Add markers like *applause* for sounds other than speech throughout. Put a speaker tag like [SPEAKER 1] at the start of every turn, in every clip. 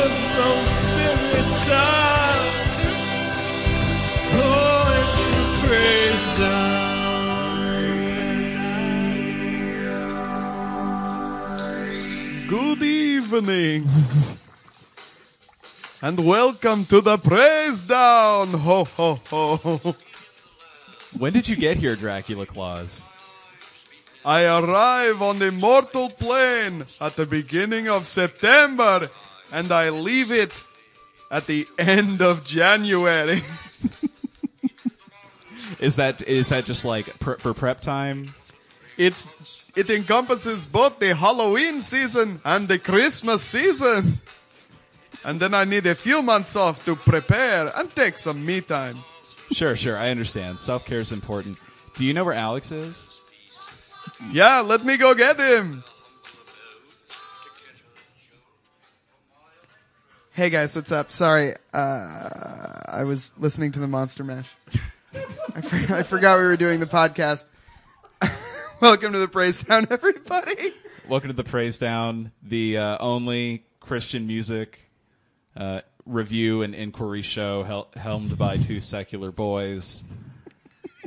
[SPEAKER 1] Oh, Good evening. And welcome to the praise down. Ho ho ho.
[SPEAKER 2] When did you get here, Dracula Claus?
[SPEAKER 1] I arrive on the mortal plane at the beginning of September and I leave it at the end of January. *laughs*
[SPEAKER 2] Is that is that just like pre- for prep time?
[SPEAKER 1] It's it encompasses both the Halloween season and the Christmas season. And then I need a few months off to prepare and take some me time.
[SPEAKER 2] Sure, sure. I understand. Self care is important. Do you know where Alex is?
[SPEAKER 1] Yeah, let me go get him. Hey guys, what's up? Sorry, uh, I was listening to the Monster Mash. I, for- I forgot we were doing the podcast. *laughs* Welcome to the Praise Town, everybody.
[SPEAKER 2] Welcome to the Praise Down, the uh, only Christian music uh, review and inquiry show hel- helmed by two secular boys,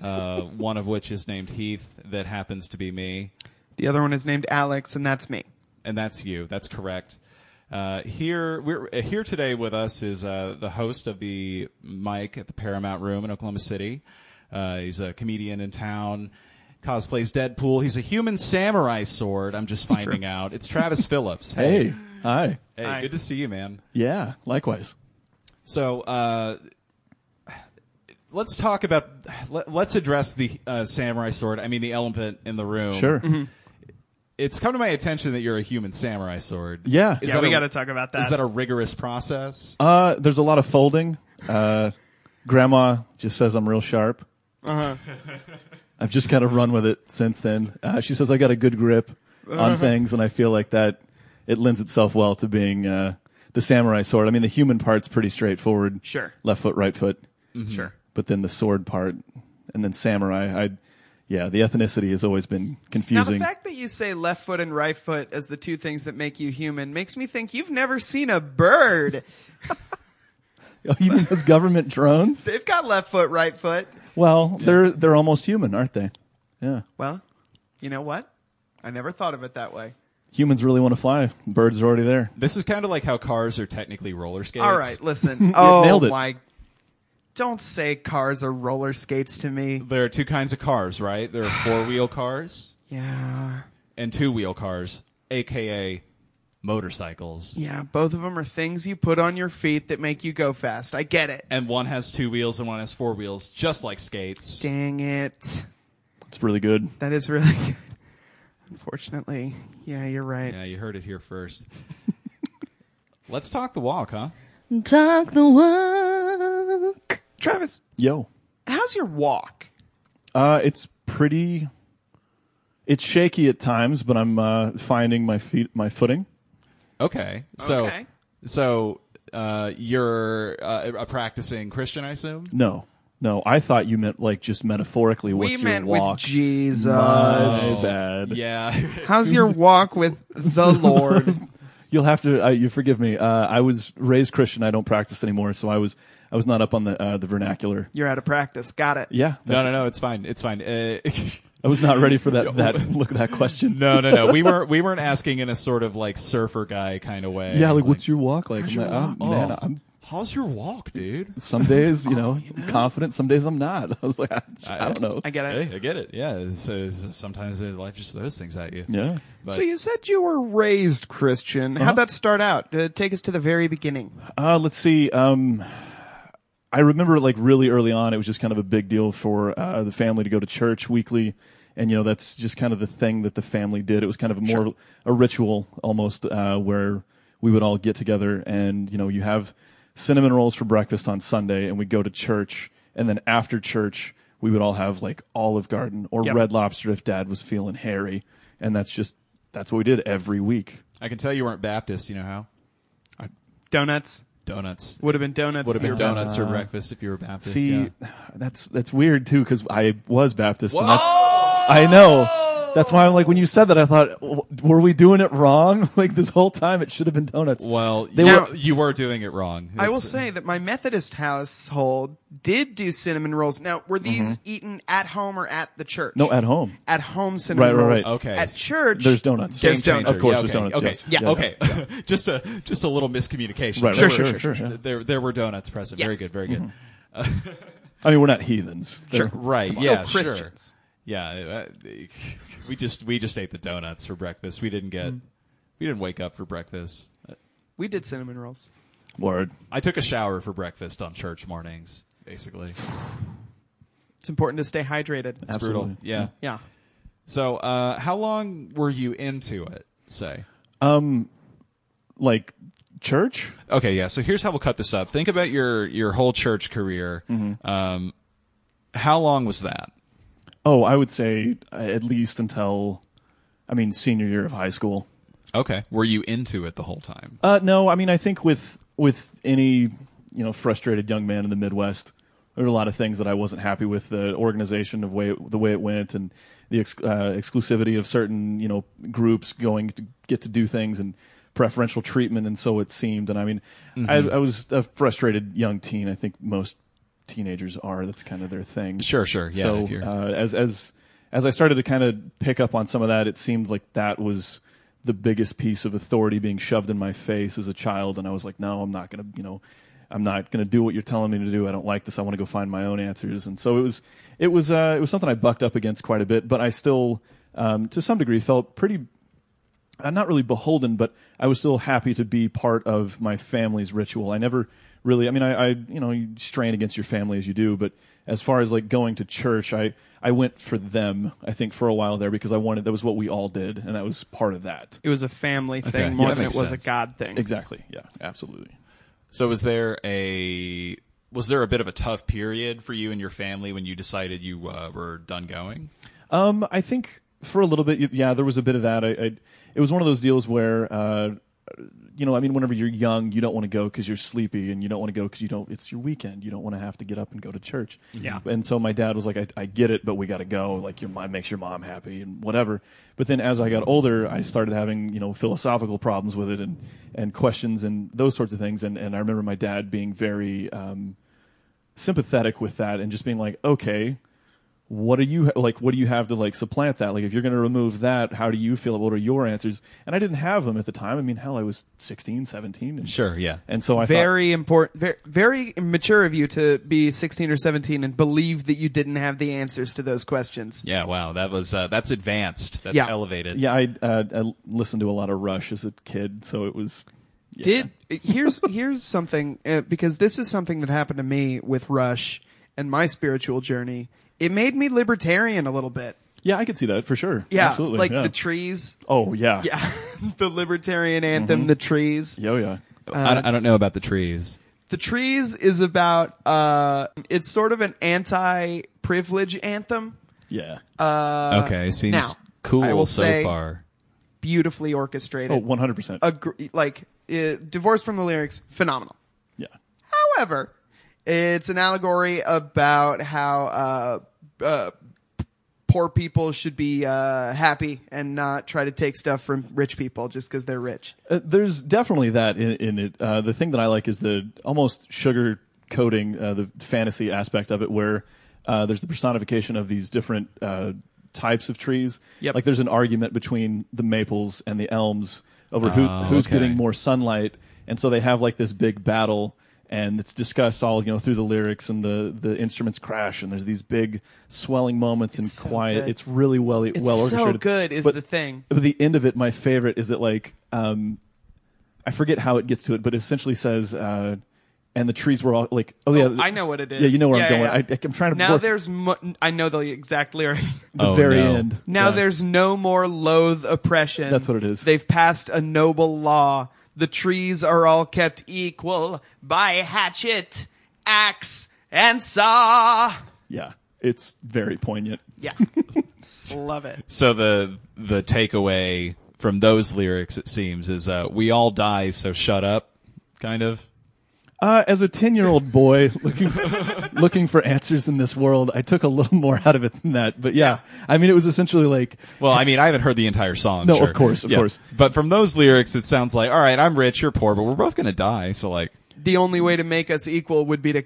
[SPEAKER 2] uh, one of which is named Heath, that happens to be me.
[SPEAKER 1] The other one is named Alex, and that's me.
[SPEAKER 2] and that's you. That's correct. Uh, here, we're uh, here today with us is uh, the host of the Mike at the Paramount Room in Oklahoma City. Uh, he's a comedian in town. Cosplays Deadpool. He's a human samurai sword. I'm just finding out. It's
[SPEAKER 3] *laughs*
[SPEAKER 2] Travis Phillips.
[SPEAKER 3] Hey, hi.
[SPEAKER 2] hey,
[SPEAKER 1] Hi.
[SPEAKER 2] good to see you, man.
[SPEAKER 3] Yeah, likewise.
[SPEAKER 2] So uh, let's talk about let, let's address the uh, samurai sword. I mean, the elephant in the room.
[SPEAKER 3] Sure.
[SPEAKER 2] It's come to my attention that you're a human samurai sword.
[SPEAKER 3] Yeah.
[SPEAKER 2] Is
[SPEAKER 3] Yeah,
[SPEAKER 2] that
[SPEAKER 4] we
[SPEAKER 2] a-
[SPEAKER 4] gotta talk about that.
[SPEAKER 2] Is that a rigorous process?
[SPEAKER 3] Uh, there's a lot of folding. Uh, grandma just says I'm real sharp. Uh-huh. *laughs* I've just kind of run with it since then. Uh, she says I got a good grip on things, and I feel like that it lends itself well to being uh, the samurai sword. I mean, the human part's pretty straightforward.
[SPEAKER 4] Sure.
[SPEAKER 3] Left foot, right foot.
[SPEAKER 4] Sure.
[SPEAKER 3] But then the sword part, and then samurai. I, yeah, the ethnicity has always been
[SPEAKER 4] Now
[SPEAKER 3] confusing.
[SPEAKER 4] the fact that you say left foot and right foot as the two things that make you human makes me think you've never seen a bird.
[SPEAKER 3] *laughs* oh, you mean those government drones?
[SPEAKER 4] They've got left foot, right foot.
[SPEAKER 3] Well, they're they're almost human, aren't they? Yeah.
[SPEAKER 4] Well, you know what? I never thought of it that way.
[SPEAKER 3] Humans really want to fly. Birds are already there.
[SPEAKER 2] This is kind of like how cars are technically roller skates.
[SPEAKER 4] All right,
[SPEAKER 2] *laughs*
[SPEAKER 4] listen. Oh
[SPEAKER 3] nailed it.
[SPEAKER 4] my! Don't say cars are roller skates to me.
[SPEAKER 2] There are two kinds of cars, right?
[SPEAKER 4] *sighs*
[SPEAKER 2] There are four wheel cars
[SPEAKER 4] Yeah,
[SPEAKER 2] and two wheel cars, aka motorcycles.
[SPEAKER 4] yeah. Both of them are things you put on your feet that make you go fast. I get it.
[SPEAKER 2] And one has two wheels and one has four wheels, just like skates.
[SPEAKER 4] Dang it!
[SPEAKER 3] It's really good.
[SPEAKER 4] That is really *laughs* good. Unfortunately, yeah, you're right.
[SPEAKER 2] Yeah, you heard it here first. *laughs* Let's talk the walk, huh?
[SPEAKER 5] Talk the walk.
[SPEAKER 4] Travis,
[SPEAKER 3] Yo.
[SPEAKER 4] how's your walk?
[SPEAKER 3] Uh, it's pretty. It's shaky at times, but I'm uh, finding my feet, my footing.
[SPEAKER 2] Okay. So,
[SPEAKER 4] Okay.
[SPEAKER 2] so uh, you're uh, a practicing Christian, I
[SPEAKER 4] *laughs*
[SPEAKER 2] assume.
[SPEAKER 3] No, no. I thought you meant like just metaphorically. What's
[SPEAKER 4] we
[SPEAKER 3] your
[SPEAKER 4] meant
[SPEAKER 3] walk?
[SPEAKER 4] with Jesus.
[SPEAKER 3] My bad.
[SPEAKER 2] Yeah.
[SPEAKER 4] How's your walk with
[SPEAKER 3] *laughs*
[SPEAKER 4] the Lord?
[SPEAKER 3] You'll have to. Uh, you forgive me. Uh, I was raised Christian. I don't practice anymore, so I was I was not up on the uh, the vernacular.
[SPEAKER 4] You're out of practice. Got it.
[SPEAKER 3] Yeah.
[SPEAKER 2] *laughs* no,
[SPEAKER 3] that's-
[SPEAKER 2] no, no. It's fine. It's fine. Uh, *laughs*
[SPEAKER 3] I was not ready for that. That look. That question.
[SPEAKER 2] No, no, no. We weren't. We weren't asking in a sort of like surfer guy kind of way.
[SPEAKER 3] Yeah. Like, what's your walk like? I'm like,
[SPEAKER 2] walk?
[SPEAKER 3] oh, man, I'm
[SPEAKER 2] how's your walk, dude?
[SPEAKER 3] some days, *laughs* Oh, you know, confident. Some days I'm not. *laughs* I was like, I, I don't know.
[SPEAKER 4] I get it.
[SPEAKER 2] Hey, I get it. Yeah. it's- it's- sometimes life just throws things at you.
[SPEAKER 3] yeah.
[SPEAKER 2] But
[SPEAKER 4] So you said you were raised Christian.
[SPEAKER 3] Uh-huh.
[SPEAKER 4] How'd that start out? Uh, take us to the very beginning.
[SPEAKER 3] Uh, let's see. Um, I remember like really early on, it was just kind of a big deal for uh, the family to go to church weekly, and you know that's just kind of the thing that the family did. It was kind of more a ritual almost, uh, where we would all get together, and you know you have cinnamon rolls for breakfast on Sunday, and we go to church, and then after church we would all have like Olive Garden or
[SPEAKER 4] Yep.
[SPEAKER 3] Red Lobster if Dad was feeling hairy, and that's just that's what we did every week.
[SPEAKER 2] I can tell you weren't Baptist. You know how?
[SPEAKER 4] Donuts
[SPEAKER 2] Donuts
[SPEAKER 4] would have been donuts.
[SPEAKER 2] would have
[SPEAKER 4] if
[SPEAKER 2] been
[SPEAKER 4] you were-
[SPEAKER 2] donuts or breakfast if you were Baptist.
[SPEAKER 3] See,
[SPEAKER 2] yeah. Oh!
[SPEAKER 3] that's that's weird too because I was Baptist. And that's, I know. That's why I'm like, when you said that, I thought, w- were we doing it wrong? *laughs* Like this whole time, it should have been donuts.
[SPEAKER 2] Well,
[SPEAKER 3] They
[SPEAKER 2] you,
[SPEAKER 1] were-
[SPEAKER 2] you were doing it wrong.
[SPEAKER 4] I will
[SPEAKER 2] It's- uh,
[SPEAKER 4] say that my Methodist household did do cinnamon rolls. Now, were these
[SPEAKER 2] Mm-hmm.
[SPEAKER 4] eaten at home or at the church?
[SPEAKER 3] No, at home.
[SPEAKER 4] At home cinnamon
[SPEAKER 3] Right, right,
[SPEAKER 4] rolls.
[SPEAKER 3] right.
[SPEAKER 2] Okay.
[SPEAKER 4] At church,
[SPEAKER 3] There's donuts.
[SPEAKER 4] There's
[SPEAKER 2] Game
[SPEAKER 4] donuts.
[SPEAKER 2] changers.
[SPEAKER 3] Of course,
[SPEAKER 2] Yeah,
[SPEAKER 3] there's
[SPEAKER 2] okay.
[SPEAKER 3] donuts,
[SPEAKER 2] Okay,
[SPEAKER 3] yes.
[SPEAKER 2] yeah,
[SPEAKER 3] Yeah,
[SPEAKER 2] okay. *laughs* just a just a little miscommunication.
[SPEAKER 3] Right,
[SPEAKER 2] There
[SPEAKER 3] right,
[SPEAKER 2] were-
[SPEAKER 3] sure, sure, sure, yeah. Mm-hmm.
[SPEAKER 2] There there were donuts present. Very
[SPEAKER 4] Yes.
[SPEAKER 2] good, very good.
[SPEAKER 3] I mean, we're not heathens. They're-
[SPEAKER 2] Right,
[SPEAKER 4] Still
[SPEAKER 2] yeah, sure.
[SPEAKER 4] Christians.
[SPEAKER 2] Yeah, uh, *laughs* we just we just ate the donuts for breakfast. We didn't get we didn't wake up for breakfast.
[SPEAKER 4] We did cinnamon rolls.
[SPEAKER 3] Word.
[SPEAKER 2] I took a shower for breakfast on church mornings, basically.
[SPEAKER 4] It's important to stay hydrated.
[SPEAKER 2] It's brutal.
[SPEAKER 3] Absolutely.
[SPEAKER 2] Yeah.
[SPEAKER 4] Yeah.
[SPEAKER 2] So, uh, how long were you into it? Say.
[SPEAKER 3] Like church?
[SPEAKER 2] Okay, yeah. So here's how we'll cut this up. Think about your your whole church career. Um, how long was that?
[SPEAKER 3] Oh, I would say uh, at least until, I mean, senior year of high school.
[SPEAKER 2] Okay. Were you into it the whole time?
[SPEAKER 3] Uh, no, I mean, I think with with any you know frustrated young man in the Midwest, there were a lot of things that I wasn't happy with the organization of way the way it went and the ex- uh, exclusivity of certain you know groups going to get to do things and preferential treatment, and so it seemed. And I mean, I,
[SPEAKER 2] Mm-hmm.
[SPEAKER 3] I was a frustrated young teen. I think most teenagers are. That's kind of their thing.
[SPEAKER 2] Sure, sure. Yeah,
[SPEAKER 3] So
[SPEAKER 2] if you're-
[SPEAKER 3] uh, as as as I started to kind of pick up on some of that, it seemed like that was the biggest piece of authority being shoved in my face as a child, and I was like, no, I'm not gonna, you know, I'm not gonna do what you're telling me to do. I don't like this. I want to go find my own answers. And so it was, it was, uh, it was something I bucked up against quite a bit, but I still, um, to some degree, felt pretty. I'm uh, not really beholden, but I was still happy to be part of my family's ritual. I never really, I mean, I, I you know, you strain against your family as you do, but as far as like going to church, I, I went for them, I think, for a while there because I wanted, that was what we all did, and that was part of that.
[SPEAKER 4] It was a family thing
[SPEAKER 2] Okay.
[SPEAKER 4] more
[SPEAKER 2] Yeah, that
[SPEAKER 4] than it
[SPEAKER 2] makes
[SPEAKER 4] was
[SPEAKER 2] sense.
[SPEAKER 4] a God thing.
[SPEAKER 3] Exactly. Yeah, absolutely.
[SPEAKER 2] So was there a was there a bit of a tough period for you and your family when you decided you uh, were done going?
[SPEAKER 3] Um, I think for a little bit, y- yeah, there was a bit of that. I, I it was one of those deals where, uh, you know, I mean, whenever you're young, you don't want to go because you're sleepy, and you don't want to go because you don't. It's your weekend. You don't want to have to get up and go to church.
[SPEAKER 4] Yeah.
[SPEAKER 3] And so my dad was like, "I, I get it, but we got to go. Like your mom makes your mom happy and whatever." But then as I got older, I started having you know philosophical problems with it and and questions and those sorts of things. And and I remember my dad being very. Um, sympathetic with that and just being like, okay, what do you like? What do you have to like supplant that? Like, if you're going to remove that, how do you feel? What are your answers? And I didn't have them at the time. I mean, hell, I was 16, 17. And,
[SPEAKER 2] Sure, yeah.
[SPEAKER 3] And so I thought,
[SPEAKER 4] very important, very, very mature of you to be 16 or 17 and believe that you didn't have the answers to those questions.
[SPEAKER 2] Yeah, wow, that was uh, that's advanced. That's
[SPEAKER 4] Yeah.
[SPEAKER 2] elevated.
[SPEAKER 3] yeah, I, uh, I listened to a lot of Rush as a kid, so it was. yeah.
[SPEAKER 4] Did here's here's something uh, because this is something that happened to me with Rush and my spiritual journey. It made me libertarian a little bit.
[SPEAKER 3] Yeah, I could see that for sure.
[SPEAKER 4] Yeah,
[SPEAKER 3] absolutely.
[SPEAKER 4] like
[SPEAKER 3] yeah.
[SPEAKER 4] the trees.
[SPEAKER 3] oh yeah,
[SPEAKER 4] Yeah, *laughs* the libertarian anthem,
[SPEAKER 3] Mm-hmm.
[SPEAKER 4] the trees.
[SPEAKER 3] Yo, yeah.
[SPEAKER 2] I,
[SPEAKER 4] Uh,
[SPEAKER 3] uh,
[SPEAKER 2] don't- I don't know about the trees.
[SPEAKER 4] The trees is about uh, it's sort of an anti-privilege anthem.
[SPEAKER 3] Yeah. uh,
[SPEAKER 2] okay, seems
[SPEAKER 4] now,
[SPEAKER 2] cool
[SPEAKER 4] I will
[SPEAKER 2] so
[SPEAKER 4] say-
[SPEAKER 2] far.
[SPEAKER 4] Beautifully orchestrated.
[SPEAKER 3] oh, 100 percent.
[SPEAKER 4] Agr- like uh, divorced from the lyrics, phenomenal.
[SPEAKER 3] Yeah.
[SPEAKER 4] However, it's an allegory about how uh, uh, poor people should be uh, happy and not try to take stuff from rich people just because they're rich.
[SPEAKER 3] Uh, there's definitely that in, in it. Uh, the thing that I like is the almost sugar coating uh, the fantasy aspect of it, where uh, there's the personification of these different uh, types of trees.
[SPEAKER 4] Yep.
[SPEAKER 3] Like there's an argument between the maples and the elms over who,
[SPEAKER 2] Oh,
[SPEAKER 3] who's
[SPEAKER 2] okay.
[SPEAKER 3] getting more sunlight, and so they have like this big battle. And it's discussed all you know through the lyrics and the, the instruments crash and there's these big swelling moments and
[SPEAKER 4] so
[SPEAKER 3] quiet.
[SPEAKER 4] good.
[SPEAKER 3] It's really well well
[SPEAKER 4] so
[SPEAKER 3] orchestrated.
[SPEAKER 4] good is
[SPEAKER 3] But-
[SPEAKER 4] the thing.
[SPEAKER 3] But the end of it, my favorite is that like um, I forget how it gets to it, but it essentially says, uh, and the trees were all like, oh yeah,
[SPEAKER 4] I know what it is.
[SPEAKER 3] Yeah, you know where I'm
[SPEAKER 4] Yeah,
[SPEAKER 3] going.
[SPEAKER 4] yeah, yeah.
[SPEAKER 3] I, I'm trying to
[SPEAKER 4] Now
[SPEAKER 3] work
[SPEAKER 4] there's, mo- I know the exact
[SPEAKER 3] *laughs*
[SPEAKER 4] lyrics.
[SPEAKER 3] the
[SPEAKER 2] Oh,
[SPEAKER 3] very
[SPEAKER 2] no.
[SPEAKER 3] end.
[SPEAKER 4] Now
[SPEAKER 3] Yeah.
[SPEAKER 4] there's no more loathe oppression.
[SPEAKER 3] That's what it is.
[SPEAKER 4] They've passed a noble law. The trees are all kept equal by hatchet, axe, and saw.
[SPEAKER 3] yeah, it's very poignant. *laughs*
[SPEAKER 4] Yeah. Love it.
[SPEAKER 2] So the the takeaway from those lyrics, it seems, is uh, we all die, so shut up, kind of.
[SPEAKER 3] Uh, as a 10 year old boy *laughs* looking, looking for answers in this world, I took a little more out of it than that. But yeah, I mean, it was essentially like,
[SPEAKER 2] Well, I mean, I haven't heard the entire song.
[SPEAKER 3] No,
[SPEAKER 2] sure.
[SPEAKER 3] of course, of course.
[SPEAKER 2] But from those lyrics, it sounds like, all right, I'm rich, you're poor, but we're both going to die. So, like,
[SPEAKER 4] The only way to make us equal would be to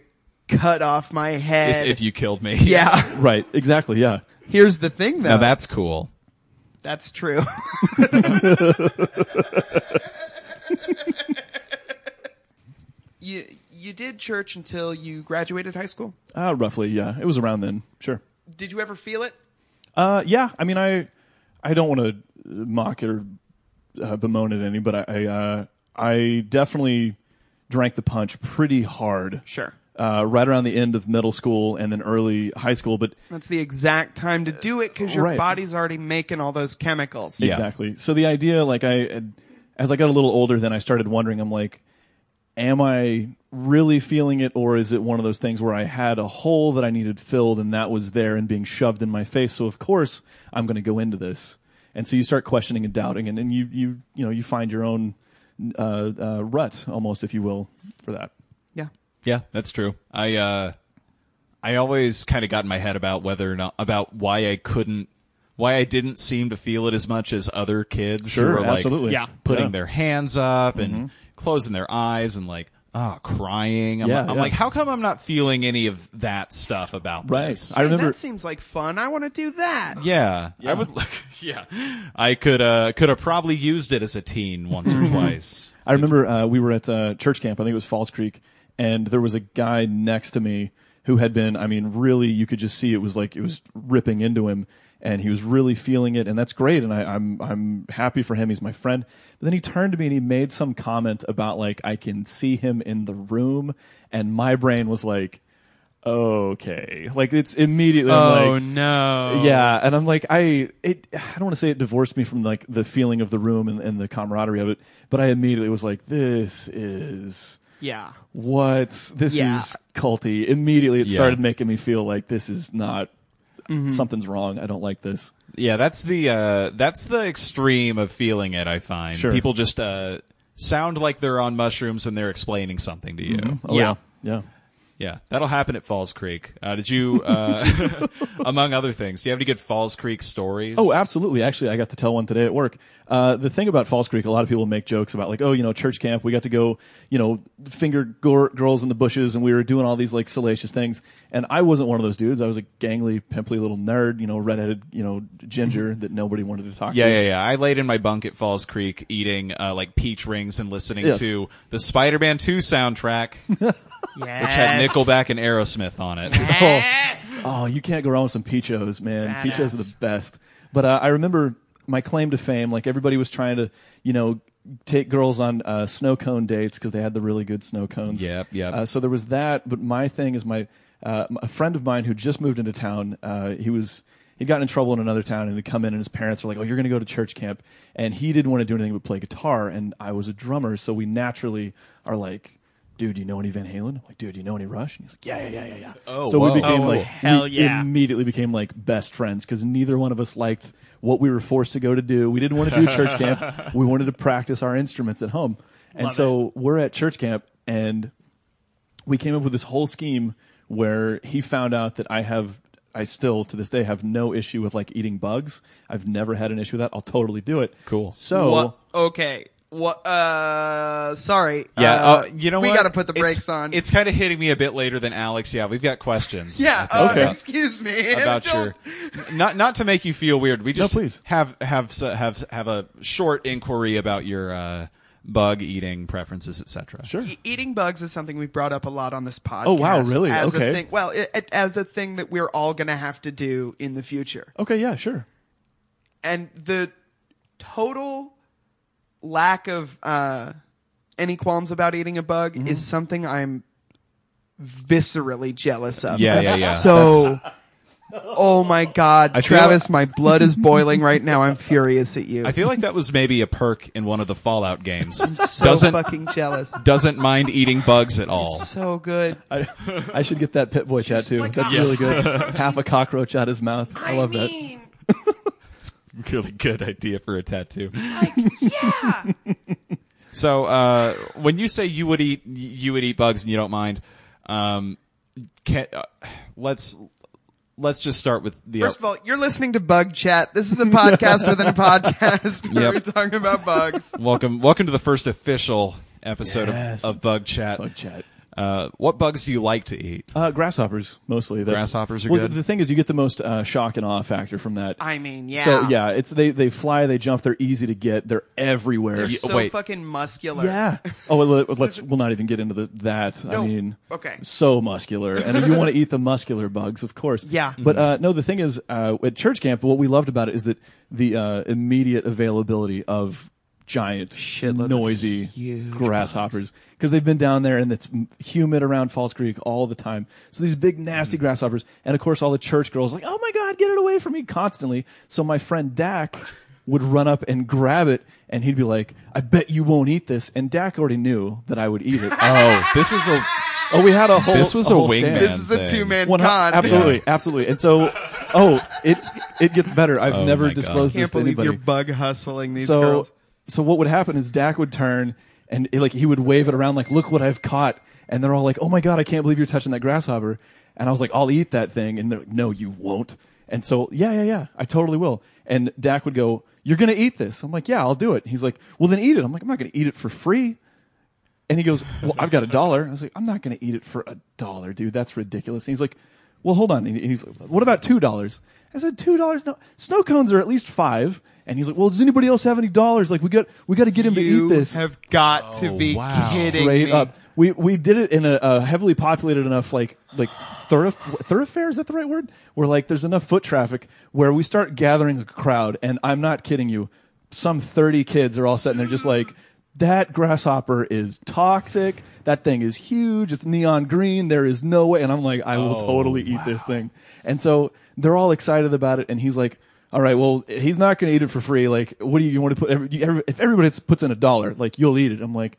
[SPEAKER 4] cut off my head.
[SPEAKER 2] is if you killed me.
[SPEAKER 4] yeah. *laughs*
[SPEAKER 3] right, exactly, yeah.
[SPEAKER 4] Here's the thing,
[SPEAKER 2] *laughs*
[SPEAKER 4] though.
[SPEAKER 2] Now that's cool.
[SPEAKER 4] That's true. *laughs* you you did church until you graduated high school.
[SPEAKER 3] Uh, roughly, yeah. It was around then, sure.
[SPEAKER 4] Did you ever feel it?
[SPEAKER 3] Uh, yeah, I mean, I, I don't want to mock it or uh, bemoan it any, but I, I, uh, I definitely drank the punch pretty hard.
[SPEAKER 4] Sure.
[SPEAKER 3] Uh, right around the end of middle school and then early high school, but
[SPEAKER 4] That's the exact time to do it because your
[SPEAKER 3] Right.
[SPEAKER 4] body's already making all those chemicals.
[SPEAKER 2] Yeah.
[SPEAKER 3] Exactly. So the idea, like I, as I got a little older, then I started wondering. I'm like, am I really feeling it, or is it one of those things where I had a hole that I needed filled, and that was there and being shoved in my face? So of course I'm going to go into this. And so you start questioning and doubting, and then you you you know you find your own uh, uh, rut almost, if you will, for that.
[SPEAKER 4] Yeah.
[SPEAKER 2] Yeah, that's true. I uh I always kind of got in my head about whether or not about why I couldn't why I didn't seem to feel it as much as other kids
[SPEAKER 3] Sure,
[SPEAKER 2] who were like
[SPEAKER 3] absolutely. Mm-hmm. Yeah.
[SPEAKER 2] putting
[SPEAKER 3] Yeah.
[SPEAKER 2] their hands up and closing their eyes and like ah crying. I'm,
[SPEAKER 3] Yeah,
[SPEAKER 2] I'm
[SPEAKER 3] yeah.
[SPEAKER 2] like how come I'm not feeling any of that stuff about this?
[SPEAKER 3] I remember.
[SPEAKER 4] that seems like fun. I want to do that.
[SPEAKER 2] Yeah, I would. Yeah, I could uh could have probably used it as a teen once or twice.
[SPEAKER 3] I remember uh, we were at uh, church camp. I think it was Falls Creek, and there was a guy next to me who had been. I mean, really, you could just see it was like it was ripping into him, and he was really feeling it, and that's great. And I, I'm I'm happy for him. He's my friend. But then he turned to me and he made some comment about like I can see him in the room, and my brain was like, okay, like it's immediately. I'm like,
[SPEAKER 4] no.
[SPEAKER 3] yeah, and I'm like, I it, I don't want to say it divorced me from like the feeling of the room and, and the camaraderie of it, but I immediately was like, this is
[SPEAKER 4] Yeah.
[SPEAKER 3] what this
[SPEAKER 4] Yeah.
[SPEAKER 3] is culty. Immediately, it
[SPEAKER 2] Yeah.
[SPEAKER 3] started making me feel like this is not something's wrong. I don't like this.
[SPEAKER 2] Yeah, that's the uh, that's the extreme of feeling it. I find
[SPEAKER 3] Sure.
[SPEAKER 2] people just uh, sound like they're on mushrooms when they're explaining something to you.
[SPEAKER 3] Oh
[SPEAKER 4] Yeah.
[SPEAKER 3] yeah.
[SPEAKER 2] Yeah, that'll happen at Falls Creek. Uh, did you, uh, *laughs* among other things, do you have any good Falls Creek stories?
[SPEAKER 3] Oh, absolutely. Actually, I got to tell one today at work. Uh, the thing about Falls Creek, a lot of people make jokes about like, oh, you know, church camp, we got to go, you know, finger gor- girls in the bushes and we were doing all these like salacious things. And I wasn't one of those dudes. I was a gangly, pimply little nerd, you know, redheaded, you know, ginger that nobody wanted to talk
[SPEAKER 2] Yeah,
[SPEAKER 3] to.
[SPEAKER 2] yeah, yeah. I laid in my bunk at Falls Creek eating uh, like peach rings and listening
[SPEAKER 3] Yes.
[SPEAKER 2] to the Spider-Man 2 soundtrack, which
[SPEAKER 4] Yes.
[SPEAKER 2] had Nickelback and Aerosmith on it.
[SPEAKER 4] Yes.
[SPEAKER 3] Oh, you can't go wrong with some pichos, man.
[SPEAKER 4] Badass.
[SPEAKER 3] Pichos are the best. But uh, I remember my claim to fame. Like everybody was trying to, you know, take girls on uh, snow cone dates because they had the really good snow cones.
[SPEAKER 2] Yep, yep.
[SPEAKER 3] Uh, so there was that. But my thing is my uh, a friend of mine who just moved into town. Uh, he was. He'd gotten in trouble in another town and he'd come in and his parents were like, Oh, you're going to go to church camp. And he didn't want to do anything but play guitar. And I was a drummer. So we naturally are like, Dude, do you know any Van Halen? I'm like, dude, do you know any Rush? And he's like, Yeah, yeah, yeah, yeah, yeah.
[SPEAKER 2] Oh,
[SPEAKER 3] so
[SPEAKER 2] whoa.
[SPEAKER 3] we became
[SPEAKER 2] Oh,
[SPEAKER 3] like,
[SPEAKER 4] hell
[SPEAKER 3] we
[SPEAKER 4] yeah.
[SPEAKER 3] immediately became like best friends because neither one of us liked what we were forced to go to do. We didn't want to do church camp. We wanted to practice our instruments at home. And so we're at church camp and we came up with this whole scheme where he found out that I have I still to this day have no issue with like eating bugs. I've never had an issue with that. I'll totally do it.
[SPEAKER 2] Cool.
[SPEAKER 3] So
[SPEAKER 4] What? Okay. What? Uh, sorry.
[SPEAKER 2] *laughs* Yeah,
[SPEAKER 4] Uh,
[SPEAKER 2] uh, you know
[SPEAKER 4] we
[SPEAKER 2] what?
[SPEAKER 4] got to put the
[SPEAKER 2] It's-
[SPEAKER 4] brakes on.
[SPEAKER 2] It's kind of hitting me a bit later than Alex. Yeah, we've got questions.
[SPEAKER 4] yeah.
[SPEAKER 2] I
[SPEAKER 4] Uh,
[SPEAKER 2] think, about-
[SPEAKER 4] Excuse
[SPEAKER 2] *laughs*
[SPEAKER 4] me.
[SPEAKER 2] about
[SPEAKER 4] Don't-
[SPEAKER 2] your not not to make you feel weird. We just
[SPEAKER 3] please.
[SPEAKER 2] have have s- have have a short inquiry about your uh, bug eating preferences, etc.
[SPEAKER 3] sure.
[SPEAKER 4] E- Eating bugs is something we've brought up a lot on this podcast.
[SPEAKER 3] Oh, wow, really?
[SPEAKER 4] As A
[SPEAKER 3] Okay.
[SPEAKER 4] thing, well, it, it- as a thing that we're all going to have to do in the future,
[SPEAKER 3] Okay, yeah, sure.
[SPEAKER 4] and the total lack of uh, any qualms about eating a bug
[SPEAKER 2] Mm-hmm.
[SPEAKER 4] is something I'm viscerally jealous of.
[SPEAKER 2] Yeah, yeah, yeah.
[SPEAKER 4] So, oh my god,
[SPEAKER 2] feel
[SPEAKER 4] Travis, my blood is boiling right now. I'm furious at you.
[SPEAKER 2] I feel like that was maybe a perk in one of the Fallout games.
[SPEAKER 4] so
[SPEAKER 2] doesn't
[SPEAKER 4] fucking jealous.
[SPEAKER 2] doesn't mind eating bugs at all. *laughs*
[SPEAKER 4] So good.
[SPEAKER 3] I, I should get that pit boy tattoo.
[SPEAKER 4] like
[SPEAKER 3] That's
[SPEAKER 4] a-
[SPEAKER 3] really good. Half a cockroach out his mouth. I, love that.
[SPEAKER 4] mean,
[SPEAKER 2] Really good idea for a tattoo.
[SPEAKER 4] yeah.
[SPEAKER 2] *laughs* So uh, when you say you would eat you would eat bugs and you don't mind, um, can, uh, let's let's just start with the
[SPEAKER 4] First of all, you're listening to Bug Chat. This is a podcast within a podcast *laughs*
[SPEAKER 2] Yep.
[SPEAKER 4] where we're talking about bugs.
[SPEAKER 2] welcome welcome to the first official episode
[SPEAKER 3] Yes.
[SPEAKER 2] of, of Bug Chat.
[SPEAKER 3] Bug Chat.
[SPEAKER 2] Uh, what bugs do you like to eat?
[SPEAKER 3] Uh, grasshoppers mostly. That's,
[SPEAKER 2] Grasshoppers are
[SPEAKER 3] well,
[SPEAKER 2] good.
[SPEAKER 3] The, the thing is, you get the most uh, shock and awe factor from that.
[SPEAKER 4] I mean, yeah.
[SPEAKER 3] So yeah, it's they they fly, they jump, they're easy to get, they're everywhere.
[SPEAKER 2] Yeah.
[SPEAKER 4] So
[SPEAKER 2] wait.
[SPEAKER 4] fucking
[SPEAKER 2] *laughs*
[SPEAKER 4] muscular.
[SPEAKER 3] Yeah. Oh, well, let- let's. We'll not even get into the, that. I mean,
[SPEAKER 4] Okay.
[SPEAKER 3] So muscular, and you want to eat the muscular bugs, of course.
[SPEAKER 4] Yeah.
[SPEAKER 3] But uh, no, the thing is, uh, at church camp, what we loved about it is that the uh, immediate availability of giant,
[SPEAKER 4] Shitloads of
[SPEAKER 3] noisy
[SPEAKER 4] huge
[SPEAKER 3] grasshoppers because they've been down there and it's m- humid around Falls Creek all the time. So these big
[SPEAKER 4] Mm.
[SPEAKER 3] nasty grasshoppers, and of course all the church girls like, "Oh my god, get it away from me!" constantly. So my friend Dak would run up and grab it, and he'd be like, "I bet you won't eat this." And Dak already knew that I would
[SPEAKER 4] *laughs*
[SPEAKER 3] eat it.
[SPEAKER 2] Oh, this is a
[SPEAKER 3] oh, we had a whole.
[SPEAKER 2] this was a,
[SPEAKER 3] whole
[SPEAKER 2] wingman.
[SPEAKER 3] stand.
[SPEAKER 4] This is a
[SPEAKER 2] thing.
[SPEAKER 4] two man
[SPEAKER 3] One hu-
[SPEAKER 4] con.
[SPEAKER 3] absolutely, absolutely. And so, oh, it it gets better. I've
[SPEAKER 2] Oh my
[SPEAKER 3] never
[SPEAKER 2] God.
[SPEAKER 3] disclosed
[SPEAKER 4] Can't
[SPEAKER 3] this to
[SPEAKER 4] believe
[SPEAKER 3] anybody
[SPEAKER 4] you're bug hustling these
[SPEAKER 3] so
[SPEAKER 4] girls.
[SPEAKER 3] so what would happen is Dak would turn and it, like he would wave it around like look what I've caught and they're all like oh my god I can't believe you're touching that grasshopper and I was like I'll eat that thing and they're like no you won't and so yeah yeah yeah I totally will and Dak would go you're gonna eat this I'm like yeah I'll do it he's like well then eat it I'm like I'm not gonna eat it for free and he goes, Well, I've got a dollar. I was like, I'm not going to eat it for a dollar, dude. That's ridiculous. And he's like, Well, hold on. And he's like, What about $2? I said, two dollars? No, snow cones are at least five. And he's like, "Well, does anybody else have any dollars? Like, we got, we got to get him
[SPEAKER 4] You
[SPEAKER 3] to eat this."
[SPEAKER 4] have got to
[SPEAKER 2] Oh,
[SPEAKER 4] be
[SPEAKER 2] wow.
[SPEAKER 4] kidding
[SPEAKER 3] Straight
[SPEAKER 4] me.
[SPEAKER 3] up, we we did it in a, a heavily populated enough like like thoroughf- thoroughfare is that the right word? Where like there's enough foot traffic where we start gathering a crowd, and I'm not kidding you, some 30 kids are all sitting there just like that grasshopper is toxic. That thing is huge. It's neon green. There is no way. And I'm like, I will
[SPEAKER 2] Oh,
[SPEAKER 3] totally eat this thing. And so they're all excited about it. And he's like, all right, well, he's not going to eat it for free. Like, what do you, you want to put? Every, you- every, if everybody puts in a dollar, like, you'll eat it. I'm like,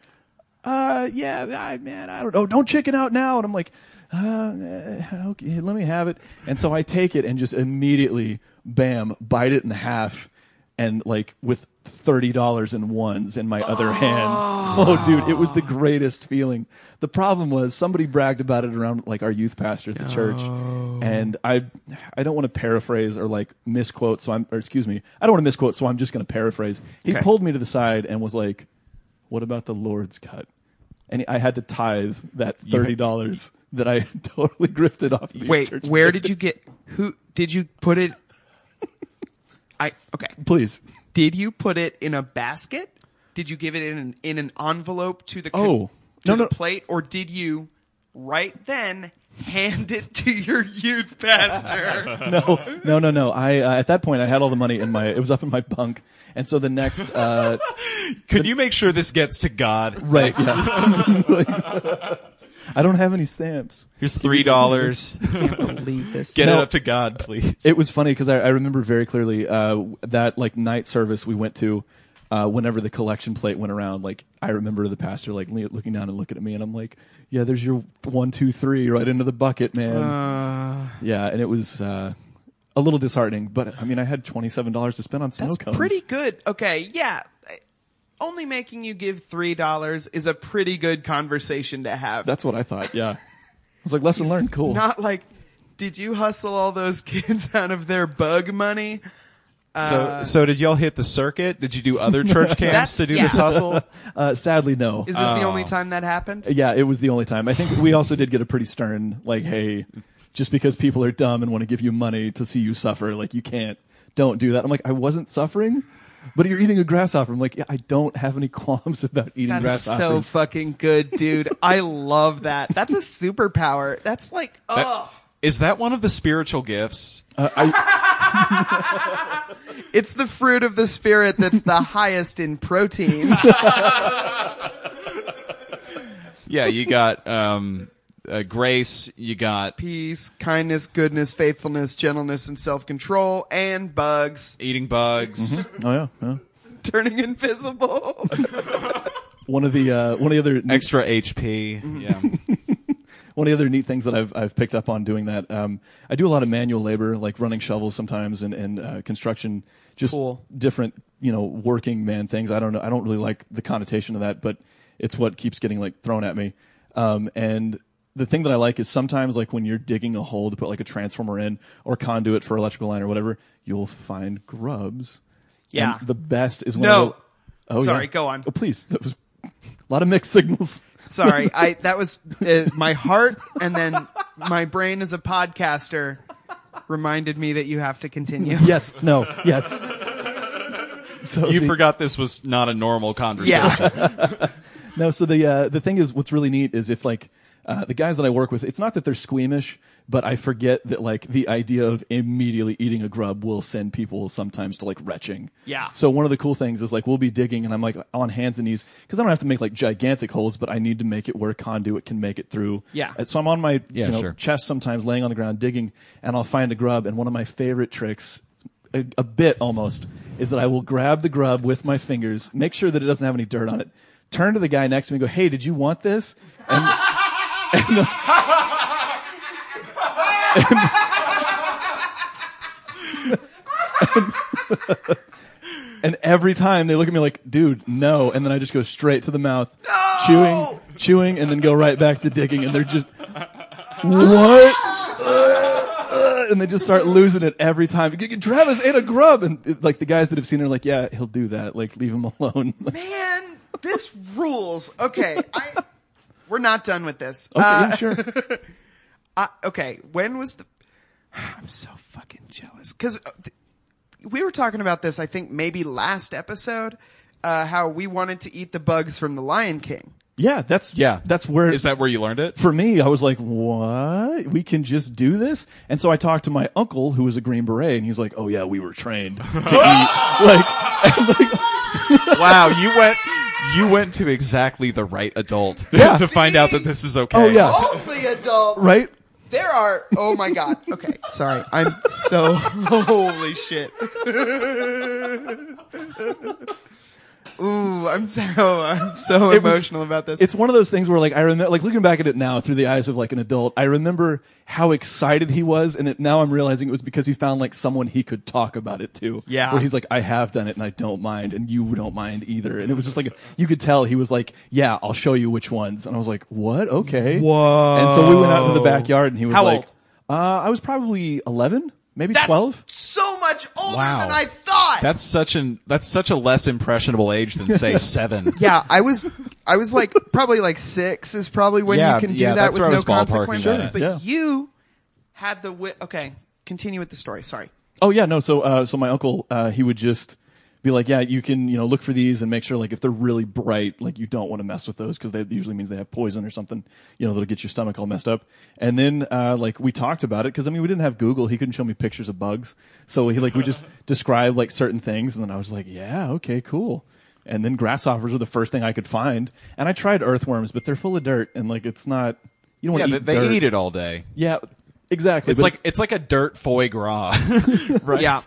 [SPEAKER 3] uh, yeah, I, man, I don't know. Don't chicken out now. And I'm like, uh, uh, okay, let me have it. And so I take it and just immediately, bam, bite it in half, and like with thirty dollars in ones in my other hand. Oh, dude, it was the greatest feeling. The problem was somebody bragged about it around like our youth pastor at the church, and I, I don't want to paraphrase or like misquote. So I'm, or excuse me, I don't want to misquote. So I'm just going to paraphrase. He pulled me to the side and was like what about the Lord's cut? And I had to tithe that thirty dollars that I *laughs* totally grifted off. These
[SPEAKER 4] Wait,
[SPEAKER 3] church
[SPEAKER 4] where
[SPEAKER 3] kids.
[SPEAKER 4] did you get who did you put it I okay.
[SPEAKER 3] Please. *laughs*
[SPEAKER 4] Did you put it in a basket? Did you give it in an, in an envelope to the con-
[SPEAKER 3] Oh.
[SPEAKER 4] to the
[SPEAKER 3] No, no.
[SPEAKER 4] plate or did you right then hand it to your
[SPEAKER 2] *laughs*
[SPEAKER 4] youth pastor?
[SPEAKER 3] No, no, no, no. I uh, at that point I had all the money in my. It was up in my bunk, and so the next. Uh, *laughs*
[SPEAKER 2] Could you make sure this gets to God?
[SPEAKER 3] right. yeah. *laughs* Like, I don't have any stamps.
[SPEAKER 2] Here's three *laughs* dollars.
[SPEAKER 4] Leave this.
[SPEAKER 2] Get it
[SPEAKER 3] No.
[SPEAKER 2] up to God, please.
[SPEAKER 3] It was funny because I, I remember very clearly uh, that like night service we went to. Uh, whenever the collection plate went around, like I remember the pastor like le- looking down and looking at me, and I'm like, "Yeah, there's your one, two, three right into the bucket, man." yeah, and it was uh, a little disheartening, but I mean, I had twenty seven dollars to spend on snow
[SPEAKER 4] That's
[SPEAKER 3] cones.
[SPEAKER 4] pretty good. Okay, yeah. Only making you give three dollars is a pretty good conversation to have.
[SPEAKER 3] That's what I thought. Yeah, I was like, lesson learned. Cool.
[SPEAKER 4] Not like, did you hustle all those *laughs* kids out of their bug money?
[SPEAKER 2] So, so did y'all hit the circuit? Did you do
[SPEAKER 4] *laughs*
[SPEAKER 2] other church camps
[SPEAKER 4] Uh, That's-
[SPEAKER 2] to do
[SPEAKER 4] yeah.
[SPEAKER 2] this hustle?
[SPEAKER 3] uh, sadly, no.
[SPEAKER 4] Is this the only
[SPEAKER 3] Oh.
[SPEAKER 4] time that happened?
[SPEAKER 3] yeah, it was the only time. I think we also did get a pretty stern, like, hey, just because people are dumb and want to give you money to see you suffer, like, you can't, don't do that. I'm like, I wasn't suffering, but you're eating a grasshopper. I'm like, yeah, I don't have any *laughs* qualms about eating
[SPEAKER 4] That's so
[SPEAKER 3] grasshoppers.
[SPEAKER 4] fucking good, dude. I love that. That's a superpower. That's like, oh,
[SPEAKER 2] Is that one of the spiritual gifts?
[SPEAKER 4] it's the fruit of the spirit that's
[SPEAKER 3] *laughs*
[SPEAKER 4] the highest in protein.
[SPEAKER 2] Yeah, you got um, uh, grace. You got
[SPEAKER 4] Peace, kindness, goodness, faithfulness, gentleness, and self control, and bugs
[SPEAKER 2] eating bugs.
[SPEAKER 3] oh yeah, yeah.
[SPEAKER 4] turning invisible.
[SPEAKER 3] One of the uh, one of the other
[SPEAKER 2] Mm-hmm. Extra HP. Yeah.
[SPEAKER 3] one of the other neat things that I've I've picked up on doing that. Um, I do a lot of manual labor, like running shovels sometimes, and and uh, construction, just
[SPEAKER 4] Cool.
[SPEAKER 3] different you know working man things. I don't know. I don't really like the connotation of that, but it's what keeps getting like thrown at me. Um, and the thing that I like is sometimes like when you're digging a hole to put like a transformer in or conduit for electrical line or whatever, you'll find grubs.
[SPEAKER 4] Yeah.
[SPEAKER 3] And the best is when
[SPEAKER 4] No.
[SPEAKER 3] they'll- Oh,
[SPEAKER 4] Sorry,
[SPEAKER 3] yeah.
[SPEAKER 4] go on.
[SPEAKER 3] Oh, please. That was *laughs* a lot of mixed signals.
[SPEAKER 4] Sorry, I that was uh, my heart, and then my brain as a podcaster reminded me that you have to continue.
[SPEAKER 3] yes. No.
[SPEAKER 4] *laughs*
[SPEAKER 3] Yes. So
[SPEAKER 2] You
[SPEAKER 3] the-
[SPEAKER 2] forgot this was not a normal conversation.
[SPEAKER 3] No, so the uh, the thing is, what's really neat is if like uh, the guys that I work with, it's not that they're squeamish, but I forget that like the idea of immediately eating a grub will send people sometimes to like retching.
[SPEAKER 4] Yeah.
[SPEAKER 3] So one of the cool things is like we'll be digging and I'm like on hands and knees because I don't have to make like gigantic holes, but I need to make it where conduit can make it through.
[SPEAKER 4] Yeah.
[SPEAKER 3] Uh, So I'm on my
[SPEAKER 2] Yeah,
[SPEAKER 3] you know,
[SPEAKER 2] sure.
[SPEAKER 3] chest sometimes, laying on the ground digging, and I'll find a grub. And one of my favorite tricks. A, a bit almost is that I will grab the grub with my fingers, make sure that it doesn't have any dirt on it, turn to the guy next to me, and go, "Hey, did you want this?" And *laughs* *laughs* And every time they look at me like, dude, no. And then I just go straight to the mouth, chewing, chewing, and then go right back to digging. And they're just, what? Uh, uh," and they just start losing it every time. "G- g- Travis ate a grub. And it- like the guys that have seen it are like, yeah, he'll do that. Like, leave him alone. *laughs*
[SPEAKER 4] Man, this rules. Okay, I, we're not done with this.
[SPEAKER 3] okay,
[SPEAKER 4] Uh,
[SPEAKER 3] yeah, *laughs* sure.
[SPEAKER 4] I, okay, when was the? I'm so fucking jealous because we were talking about this. I think maybe last episode, uh, how we wanted to eat the bugs from the Lion King.
[SPEAKER 3] Yeah, that's,
[SPEAKER 2] Yeah.
[SPEAKER 3] that's where,
[SPEAKER 2] Is that where you learned it?
[SPEAKER 3] for me, I was like, what? We can just do this? And so I talked to my uncle, who was a Green Beret, and he's like, oh, yeah, we
[SPEAKER 2] *laughs*
[SPEAKER 3] were trained to eat. Like,
[SPEAKER 2] *laughs* wow, you went you went to exactly the right adult
[SPEAKER 3] Yeah.
[SPEAKER 2] to find out that this is okay.
[SPEAKER 3] oh, yeah.
[SPEAKER 4] Only adult.
[SPEAKER 3] Right?
[SPEAKER 4] There are. Oh my god. Okay, sorry. I'm so holy shit. Ooh, I'm so I'm so
[SPEAKER 3] was-
[SPEAKER 4] emotional about this.
[SPEAKER 3] It's one of those things where like I remember like looking back at it now through the eyes of like an adult, I remember how excited he was and it, now I'm realizing it was because he found like someone he could talk about it to.
[SPEAKER 4] Yeah.
[SPEAKER 3] Where he's like I have done it and I don't mind and you don't mind either. And it was just like you could tell he was like, "Yeah, I'll show you which ones." And I was like, "What? Okay." Whoa. And so we went out into the backyard and he was
[SPEAKER 4] How
[SPEAKER 3] like
[SPEAKER 4] old?
[SPEAKER 3] Uh, I was probably 11, maybe
[SPEAKER 4] That's
[SPEAKER 3] 12.
[SPEAKER 4] so much older
[SPEAKER 2] Wow.
[SPEAKER 4] than I thought.
[SPEAKER 2] That's such an that's such a less impressionable age than say seven.
[SPEAKER 4] yeah, I was I was like probably like six is probably when
[SPEAKER 2] Yeah,
[SPEAKER 4] you can do
[SPEAKER 2] yeah,
[SPEAKER 4] that
[SPEAKER 2] that's
[SPEAKER 4] with
[SPEAKER 2] where I
[SPEAKER 4] no
[SPEAKER 2] was ballparking
[SPEAKER 4] consequences.
[SPEAKER 2] that.
[SPEAKER 4] But
[SPEAKER 3] Yeah.
[SPEAKER 4] you had the wit. Okay, continue with the story. Sorry.
[SPEAKER 3] Oh yeah, no. So uh, so my uncle uh, he would just be like, yeah, you can you know look for these and make sure like if they're really bright, like you don't want to mess with those because that usually means they have poison or something, you know, that'll get your stomach all messed up. And then uh, like we talked about it because I mean we didn't have Google, he couldn't show me pictures of bugs, so he like
[SPEAKER 2] *laughs*
[SPEAKER 3] we just described like certain things, and then I was like, yeah, okay, cool. And then grasshoppers were the first thing I could find, and I tried earthworms, but they're full of dirt, and like it's not you don't
[SPEAKER 2] Yeah,
[SPEAKER 3] want
[SPEAKER 2] they,
[SPEAKER 3] to eat
[SPEAKER 2] they
[SPEAKER 3] dirt.
[SPEAKER 2] eat it all day.
[SPEAKER 3] Yeah, exactly.
[SPEAKER 2] It's
[SPEAKER 3] but
[SPEAKER 2] like it's like a dirt foie gras. *laughs*
[SPEAKER 4] Right. Yeah.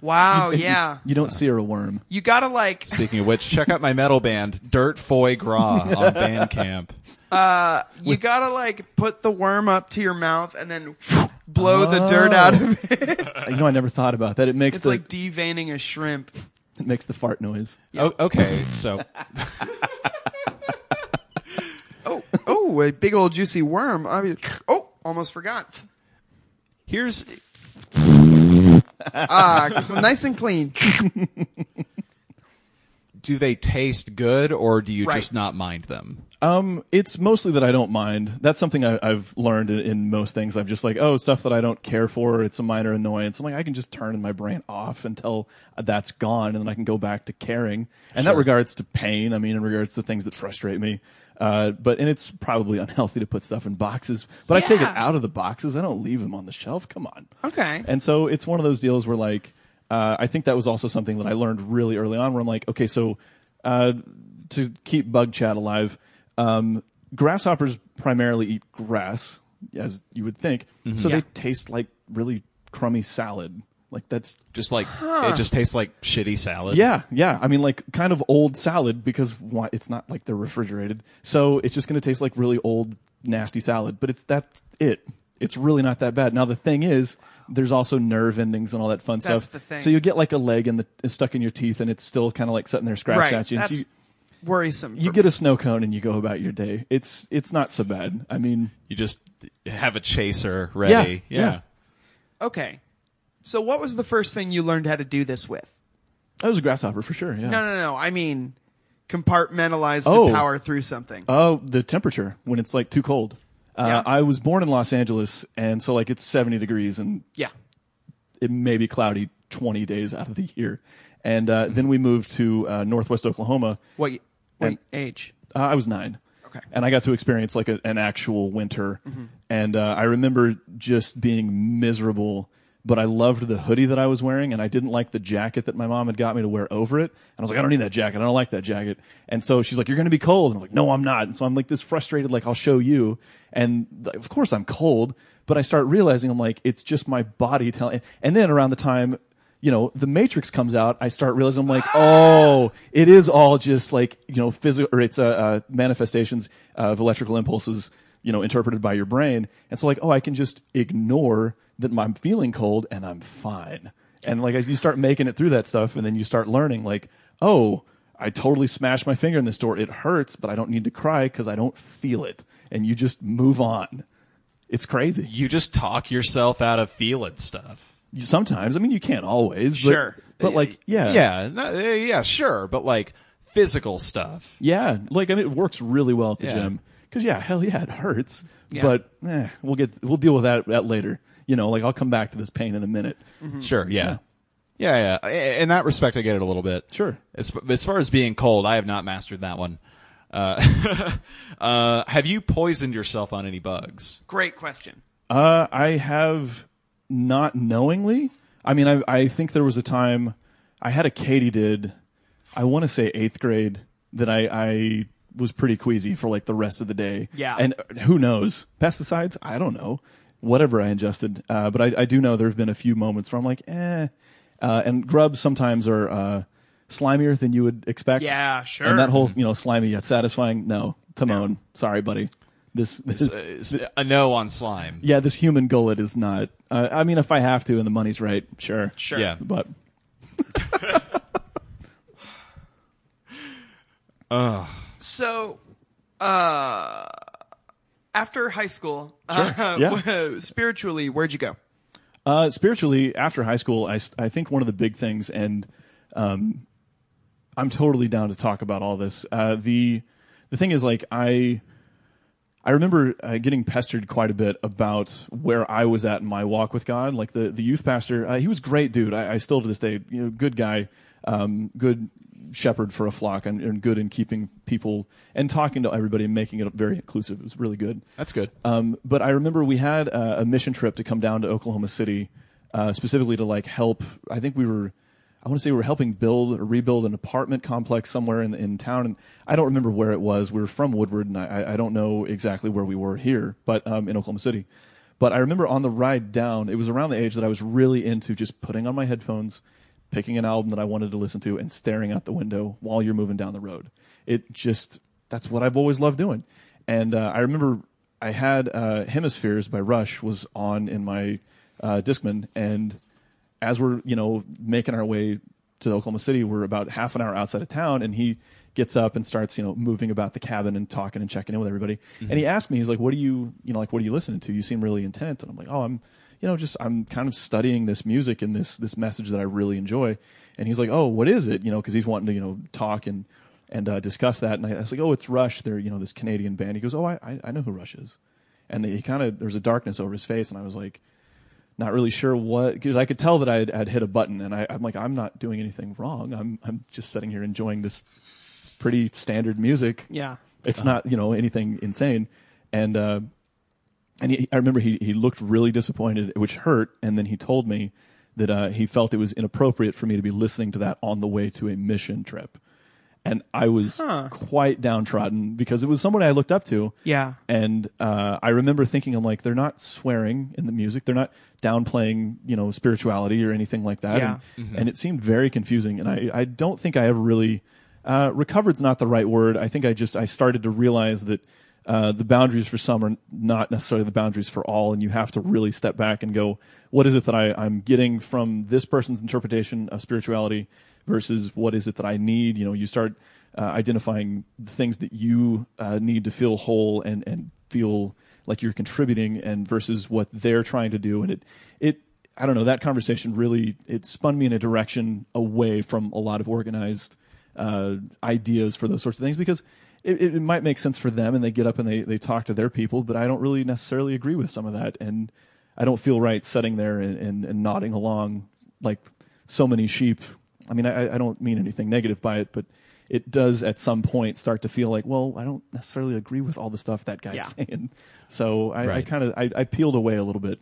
[SPEAKER 4] wow. Yeah.
[SPEAKER 3] you don't sear a worm.
[SPEAKER 4] You gotta like.
[SPEAKER 2] Speaking of which, check out my metal band, Dirt Foie Gras, on Bandcamp.
[SPEAKER 4] You gotta like put the worm up to your mouth and then blow the dirt out
[SPEAKER 3] Oh.
[SPEAKER 4] of it.
[SPEAKER 3] you know, I never thought about that. It makes
[SPEAKER 4] It's
[SPEAKER 3] the
[SPEAKER 4] like deveining a shrimp.
[SPEAKER 3] it makes the fart noise.
[SPEAKER 2] O- okay, so
[SPEAKER 4] Oh, oh, a big old juicy worm. I mean, oh, almost forgot.
[SPEAKER 2] here's
[SPEAKER 4] Ah, nice and clean.
[SPEAKER 2] do they taste good or do you
[SPEAKER 4] Right.
[SPEAKER 2] just not mind them?
[SPEAKER 3] Um, it's mostly that I don't mind. That's something I, I've learned in, in most things. I'm just like, oh, stuff that I don't care for. It's a minor annoyance. I'm like, I can just turn my brain off until that's gone, and then I can go back to caring. And that regards to pain. I mean, in regards to things that frustrate me. Uh, but and it's probably *laughs* unhealthy to put stuff in boxes. But I take it
[SPEAKER 4] Yeah.
[SPEAKER 3] out of the boxes. I don't leave them on the shelf. Come on.
[SPEAKER 4] Okay.
[SPEAKER 3] And so it's one of those deals where like uh, I think that was also something that I learned really early on where I'm like, okay, so uh, to keep bug chat alive, um, grasshoppers primarily eat grass, as you would think. So
[SPEAKER 4] Yeah.
[SPEAKER 3] they taste like really crummy salad. Like that's
[SPEAKER 2] Just like it just tastes like shitty salad.
[SPEAKER 3] yeah, yeah. I mean, like kind of old salad because why, it's not like they're refrigerated, so it's just going to taste like really old nasty salad, but it's that's it. It's really not that bad. Now the thing is, there's also nerve endings and all that fun
[SPEAKER 4] That's
[SPEAKER 3] stuff.
[SPEAKER 4] the thing.
[SPEAKER 3] So you get like a leg in the is stuck in your teeth, and it's still kind of like sitting there scratching
[SPEAKER 4] Right.
[SPEAKER 3] at you. And so
[SPEAKER 4] That's
[SPEAKER 3] you
[SPEAKER 4] worrisome.
[SPEAKER 3] you
[SPEAKER 4] for
[SPEAKER 3] get a snow cone and you go about your day. It's it's not so bad. I mean,
[SPEAKER 2] You just have a chaser ready.
[SPEAKER 3] Yeah, yeah.
[SPEAKER 4] Okay. So what was the first thing you learned how to do this with?
[SPEAKER 3] that was a grasshopper for sure. Yeah.
[SPEAKER 4] No, no, no. I mean, compartmentalize
[SPEAKER 3] Oh.
[SPEAKER 4] to power through something.
[SPEAKER 3] Oh, the temperature when it's like too cold. Uh,
[SPEAKER 4] Yeah.
[SPEAKER 3] I was born in Los Angeles, and so like it's 70 degrees, and
[SPEAKER 4] yeah.
[SPEAKER 3] it may be cloudy 20 days out of the year. And uh, then we moved to uh, Northwest Oklahoma.
[SPEAKER 4] What? y- What
[SPEAKER 3] And-
[SPEAKER 4] age?
[SPEAKER 3] Uh, I was nine.
[SPEAKER 4] Okay. Mm-hmm.
[SPEAKER 3] And I got to experience like a, an actual winter. And uh, I remember just being miserable, but I loved the hoodie that I was wearing and I didn't like the jacket that my mom had got me to wear over it. And I was like, I don't need that jacket. I don't like that jacket. And so she's like, You're going to be cold. And I'm like, No, I'm not. And so I'm like this frustrated, like, I'll show you. And th- of course I'm cold, but I start realizing I'm like, it's just my body telling. And then around the time, you know, the Matrix comes out, I start realizing I'm like, oh, it is all just like you know, physical or it's uh, uh, manifestations of electrical impulses, you know, interpreted by your brain. And so like, oh, I can just ignore that I'm feeling cold and I'm fine. And like, you start making it through that stuff, and then you start learning like, oh, I totally smashed my finger in this door. It hurts, but I don't need to cry because I don't feel it. And you just move on. It's crazy.
[SPEAKER 2] You just talk yourself out of feeling stuff.
[SPEAKER 3] You- Sometimes, I mean, you can't always. But,
[SPEAKER 4] Sure.
[SPEAKER 3] But like, yeah,
[SPEAKER 2] Yeah. no- eh, yeah, sure. But like physical stuff.
[SPEAKER 3] Yeah, like I mean, it works really well at the
[SPEAKER 2] Yeah.
[SPEAKER 3] gym. Because yeah, hell yeah, it hurts, but eh, we'll get we'll deal with that, that later. You know, like I'll come back to this pain in a minute.
[SPEAKER 2] Sure. Yeah. Yeah. Yeah. Eh, In that respect, I get it a little bit.
[SPEAKER 3] Sure.
[SPEAKER 2] As, as far as being cold, I have not mastered that one. Uh, *laughs* uh, have you poisoned yourself on any bugs?
[SPEAKER 4] Great question.
[SPEAKER 3] Uh, I have not knowingly. I mean, I I think there was a time I had a katydid. I want to say eighth grade that I I was pretty queasy for like the rest of the day.
[SPEAKER 4] Yeah.
[SPEAKER 3] and uh, who knows pesticides? I don't know. Whatever I ingested, uh, but I, I do know there have been a few moments where I'm like, eh. Uh, and grubs sometimes are uh, slimier than you would expect.
[SPEAKER 4] Yeah, sure.
[SPEAKER 3] And that whole you know slimy yet satisfying. No, Timon, sorry, buddy. This,
[SPEAKER 4] uh,
[SPEAKER 3] this
[SPEAKER 2] S- A no on slime.
[SPEAKER 3] yeah, this human gullet is not. Uh, I mean, if I have to and the money's right, sure.
[SPEAKER 4] Sure.
[SPEAKER 2] Yeah.
[SPEAKER 3] But
[SPEAKER 4] So, uh, after high school, uh, *laughs*
[SPEAKER 3] yeah.
[SPEAKER 4] spiritually, where'd you go?
[SPEAKER 3] uh, spiritually, after high school, I, s- I think one of the big things, and um, I'm totally down to talk about all this. Uh, the the thing is, like, I I remember uh, getting pestered quite a bit about where I was at in my walk with God. Like the the youth pastor, uh, he was great, dude. I, I still to this day, you know, good guy, um, good shepherd for a flock, and, and good in keeping people and talking to everybody and making it very inclusive. It was really good.
[SPEAKER 2] That's good.
[SPEAKER 3] Um, but I remember we had uh, a mission trip to come down to Oklahoma City, uh, specifically to like help. I think we were, I want to say we were helping build or rebuild an apartment complex somewhere in in town, and I don't remember where it was. We were from Woodward, and I, I don't know exactly where we were here, but um, in Oklahoma City. But I remember on the ride down, it was around the age that I was really into just putting on my headphones, picking an album that I wanted to listen to, and staring out the window while you're moving down the road. It just that's what I've always loved doing. And uh, I remember I had uh, Hemispheres by Rush was on in my uh, Discman, and as we're you know making our way to Oklahoma City, we're about half an hour outside of town, and he gets up and starts you know moving about the cabin and talking and checking in with everybody. And he asked me, he's like, "What do you you know like what are you listening to? You seem really intent." And I'm like, "Oh, I'm you know just I'm kind of studying this music and this this message that I really enjoy." And he's like, "Oh, what is it?" You know, because he's wanting to you know talk and and uh, discuss that. And I, I was like, "Oh, it's Rush. They're you know this Canadian band." He goes, "Oh, I I, I know who Rush is." And he kind of there's a darkness over his face, and I was like, not really sure what because I could tell that I had, had hit a button, and I, I'm like, I'm not doing anything wrong. I'm I'm just sitting here enjoying this pretty standard music.
[SPEAKER 4] Yeah.
[SPEAKER 3] it's not you know anything insane, and uh, and he, I remember he he looked really disappointed, which hurt, and then he told me that uh, he felt it was inappropriate for me to be listening to that on the way to a mission trip. And I was quite downtrodden because it was someone I looked up to.
[SPEAKER 4] Yeah.
[SPEAKER 3] And uh, I remember thinking, I'm like, they're not swearing in the music. They're not downplaying, you know, spirituality or anything like that.
[SPEAKER 4] Yeah.
[SPEAKER 3] And, and it seemed very confusing. And I, I don't think I ever really uh, recovered's not the right word. I think I just I started to realize that uh, the boundaries for some are not necessarily the boundaries for all, and you have to really step back and go, what is it that I, I'm getting from this person's interpretation of spirituality versus what is it that I need? You know, you start uh, identifying the things that you uh, need to feel whole and and feel like you're contributing, and versus what they're trying to do, and it it I don't know that conversation really it spun me in a direction away from a lot of organized uh, ideas for those sorts of things because it, it, it might make sense for them and they get up and they, they talk to their people, but I don't really necessarily agree with some of that. And I don't feel right sitting there and, and, and nodding along like so many sheep. I mean, I, I don't mean anything negative by it, but it does at some point start to feel like, well, I don't necessarily agree with all the stuff that guy's
[SPEAKER 2] Yeah.
[SPEAKER 3] saying. So I, I
[SPEAKER 2] Right.
[SPEAKER 3] kind of I, I peeled away a little bit.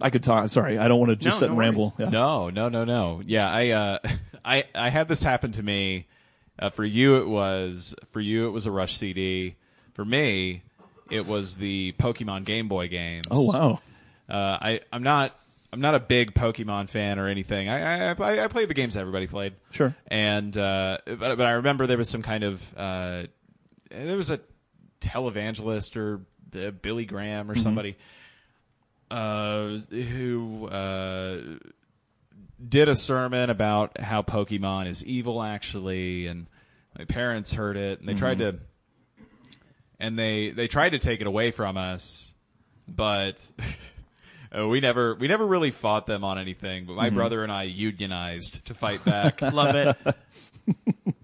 [SPEAKER 3] I could talk. Sorry, I don't want to
[SPEAKER 4] No,
[SPEAKER 3] just sit
[SPEAKER 4] no
[SPEAKER 3] and
[SPEAKER 4] worries.
[SPEAKER 3] ramble. Yeah.
[SPEAKER 2] No, no, no, no. Yeah, I, uh, *laughs* I, I had this happen to me. Uh, for you, it was for you, it was a Rush CD. For me, it was the Pokemon Game Boy games.
[SPEAKER 3] Oh wow.
[SPEAKER 2] Uh, I, I'm not. I'm not a big Pokemon fan or anything. I I, I, play- I played the games everybody played.
[SPEAKER 3] Sure.
[SPEAKER 2] And uh, but, but I remember there was some kind of uh, there was a televangelist or uh, Billy Graham or somebody uh, who uh, did a sermon about how Pokemon is evil actually, and my parents heard it and they tried to and they they tried to take it away from us, but. *laughs* uh, we never, we never really fought them on anything. But my
[SPEAKER 3] Mm-hmm.
[SPEAKER 2] brother and I unionized to fight
[SPEAKER 3] *laughs*
[SPEAKER 2] back.
[SPEAKER 4] Love it.
[SPEAKER 2] *laughs*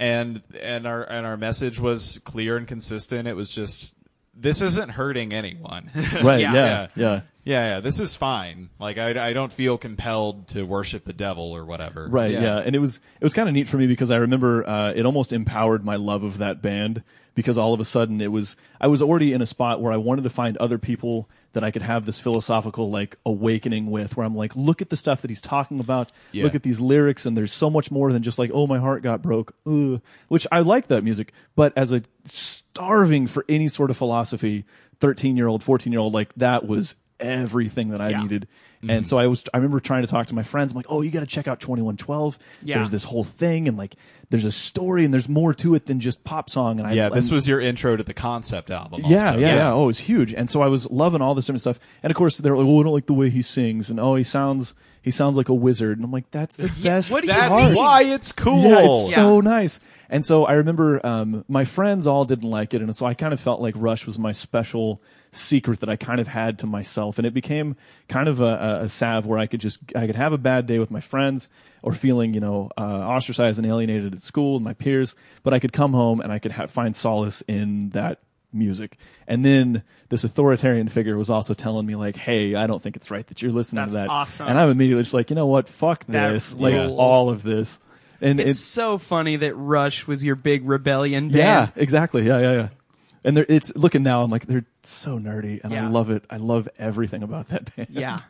[SPEAKER 2] and and our and our message was clear and consistent. It was just this isn't hurting anyone. *laughs*
[SPEAKER 3] Right.
[SPEAKER 4] Yeah.
[SPEAKER 3] yeah.
[SPEAKER 2] Yeah.
[SPEAKER 3] yeah.
[SPEAKER 2] yeah, yeah, this is fine. Like I, I don't feel compelled to worship the devil or whatever.
[SPEAKER 3] Right. Yeah. And it was it was kind of neat for me because I remember uh, it almost empowered my love of that band because all of a sudden it was I was already in a spot where I wanted to find other people that I could have this philosophical like awakening with where I'm like look at the stuff that he's talking about
[SPEAKER 2] Yeah.
[SPEAKER 3] look at these lyrics and there's so much more than just like oh my heart got broke Ugh. which I like that music but as a starving for any sort of philosophy 13 year old 14 year old like that was everything that I needed and so I was I remember trying to talk to my friends I'm like oh you got to check out 2112
[SPEAKER 4] Yeah.
[SPEAKER 3] there's this whole thing and like there's a story and there's more to it than just pop song and I
[SPEAKER 2] Yeah, this
[SPEAKER 3] and-
[SPEAKER 2] was your intro to the concept album.
[SPEAKER 3] yeah,
[SPEAKER 2] also.
[SPEAKER 3] yeah, yeah, Oh, it was huge. And so I was loving all this different stuff. And of course, they're like, "Oh, I don't like the way he sings," and "Oh, he sounds he sounds like a wizard." And I'm like, "That's the best
[SPEAKER 4] what do you
[SPEAKER 2] That's
[SPEAKER 4] Hard.
[SPEAKER 2] why it's cool.
[SPEAKER 3] yeah, it's
[SPEAKER 4] Yeah.
[SPEAKER 3] so nice. And so I remember um, my friends all didn't like it, and so I kind of felt like Rush was my special secret that I kind of had to myself, and it became kind of a, a, a salve where I could just I could have a bad day with my friends or feeling you know uh, ostracized and alienated at school and my peers, but I could come home and I could ha- find solace in that music. And then this authoritarian figure was also telling me like, "Hey, I don't think it's right that you're listening
[SPEAKER 4] That's
[SPEAKER 3] to that."
[SPEAKER 4] awesome.
[SPEAKER 3] And I'm immediately just like, "You know what? Fuck
[SPEAKER 4] That
[SPEAKER 3] this! Like
[SPEAKER 2] rules.
[SPEAKER 3] all of this." And
[SPEAKER 4] It's,
[SPEAKER 3] it's
[SPEAKER 4] so funny that Rush was your big rebellion
[SPEAKER 3] yeah,
[SPEAKER 4] band.
[SPEAKER 3] exactly. Yeah, yeah, yeah. And they're, it's looking now. I'm like, they're so nerdy, and I
[SPEAKER 4] Yeah.
[SPEAKER 3] love it. I love everything about that band.
[SPEAKER 4] *laughs* yeah.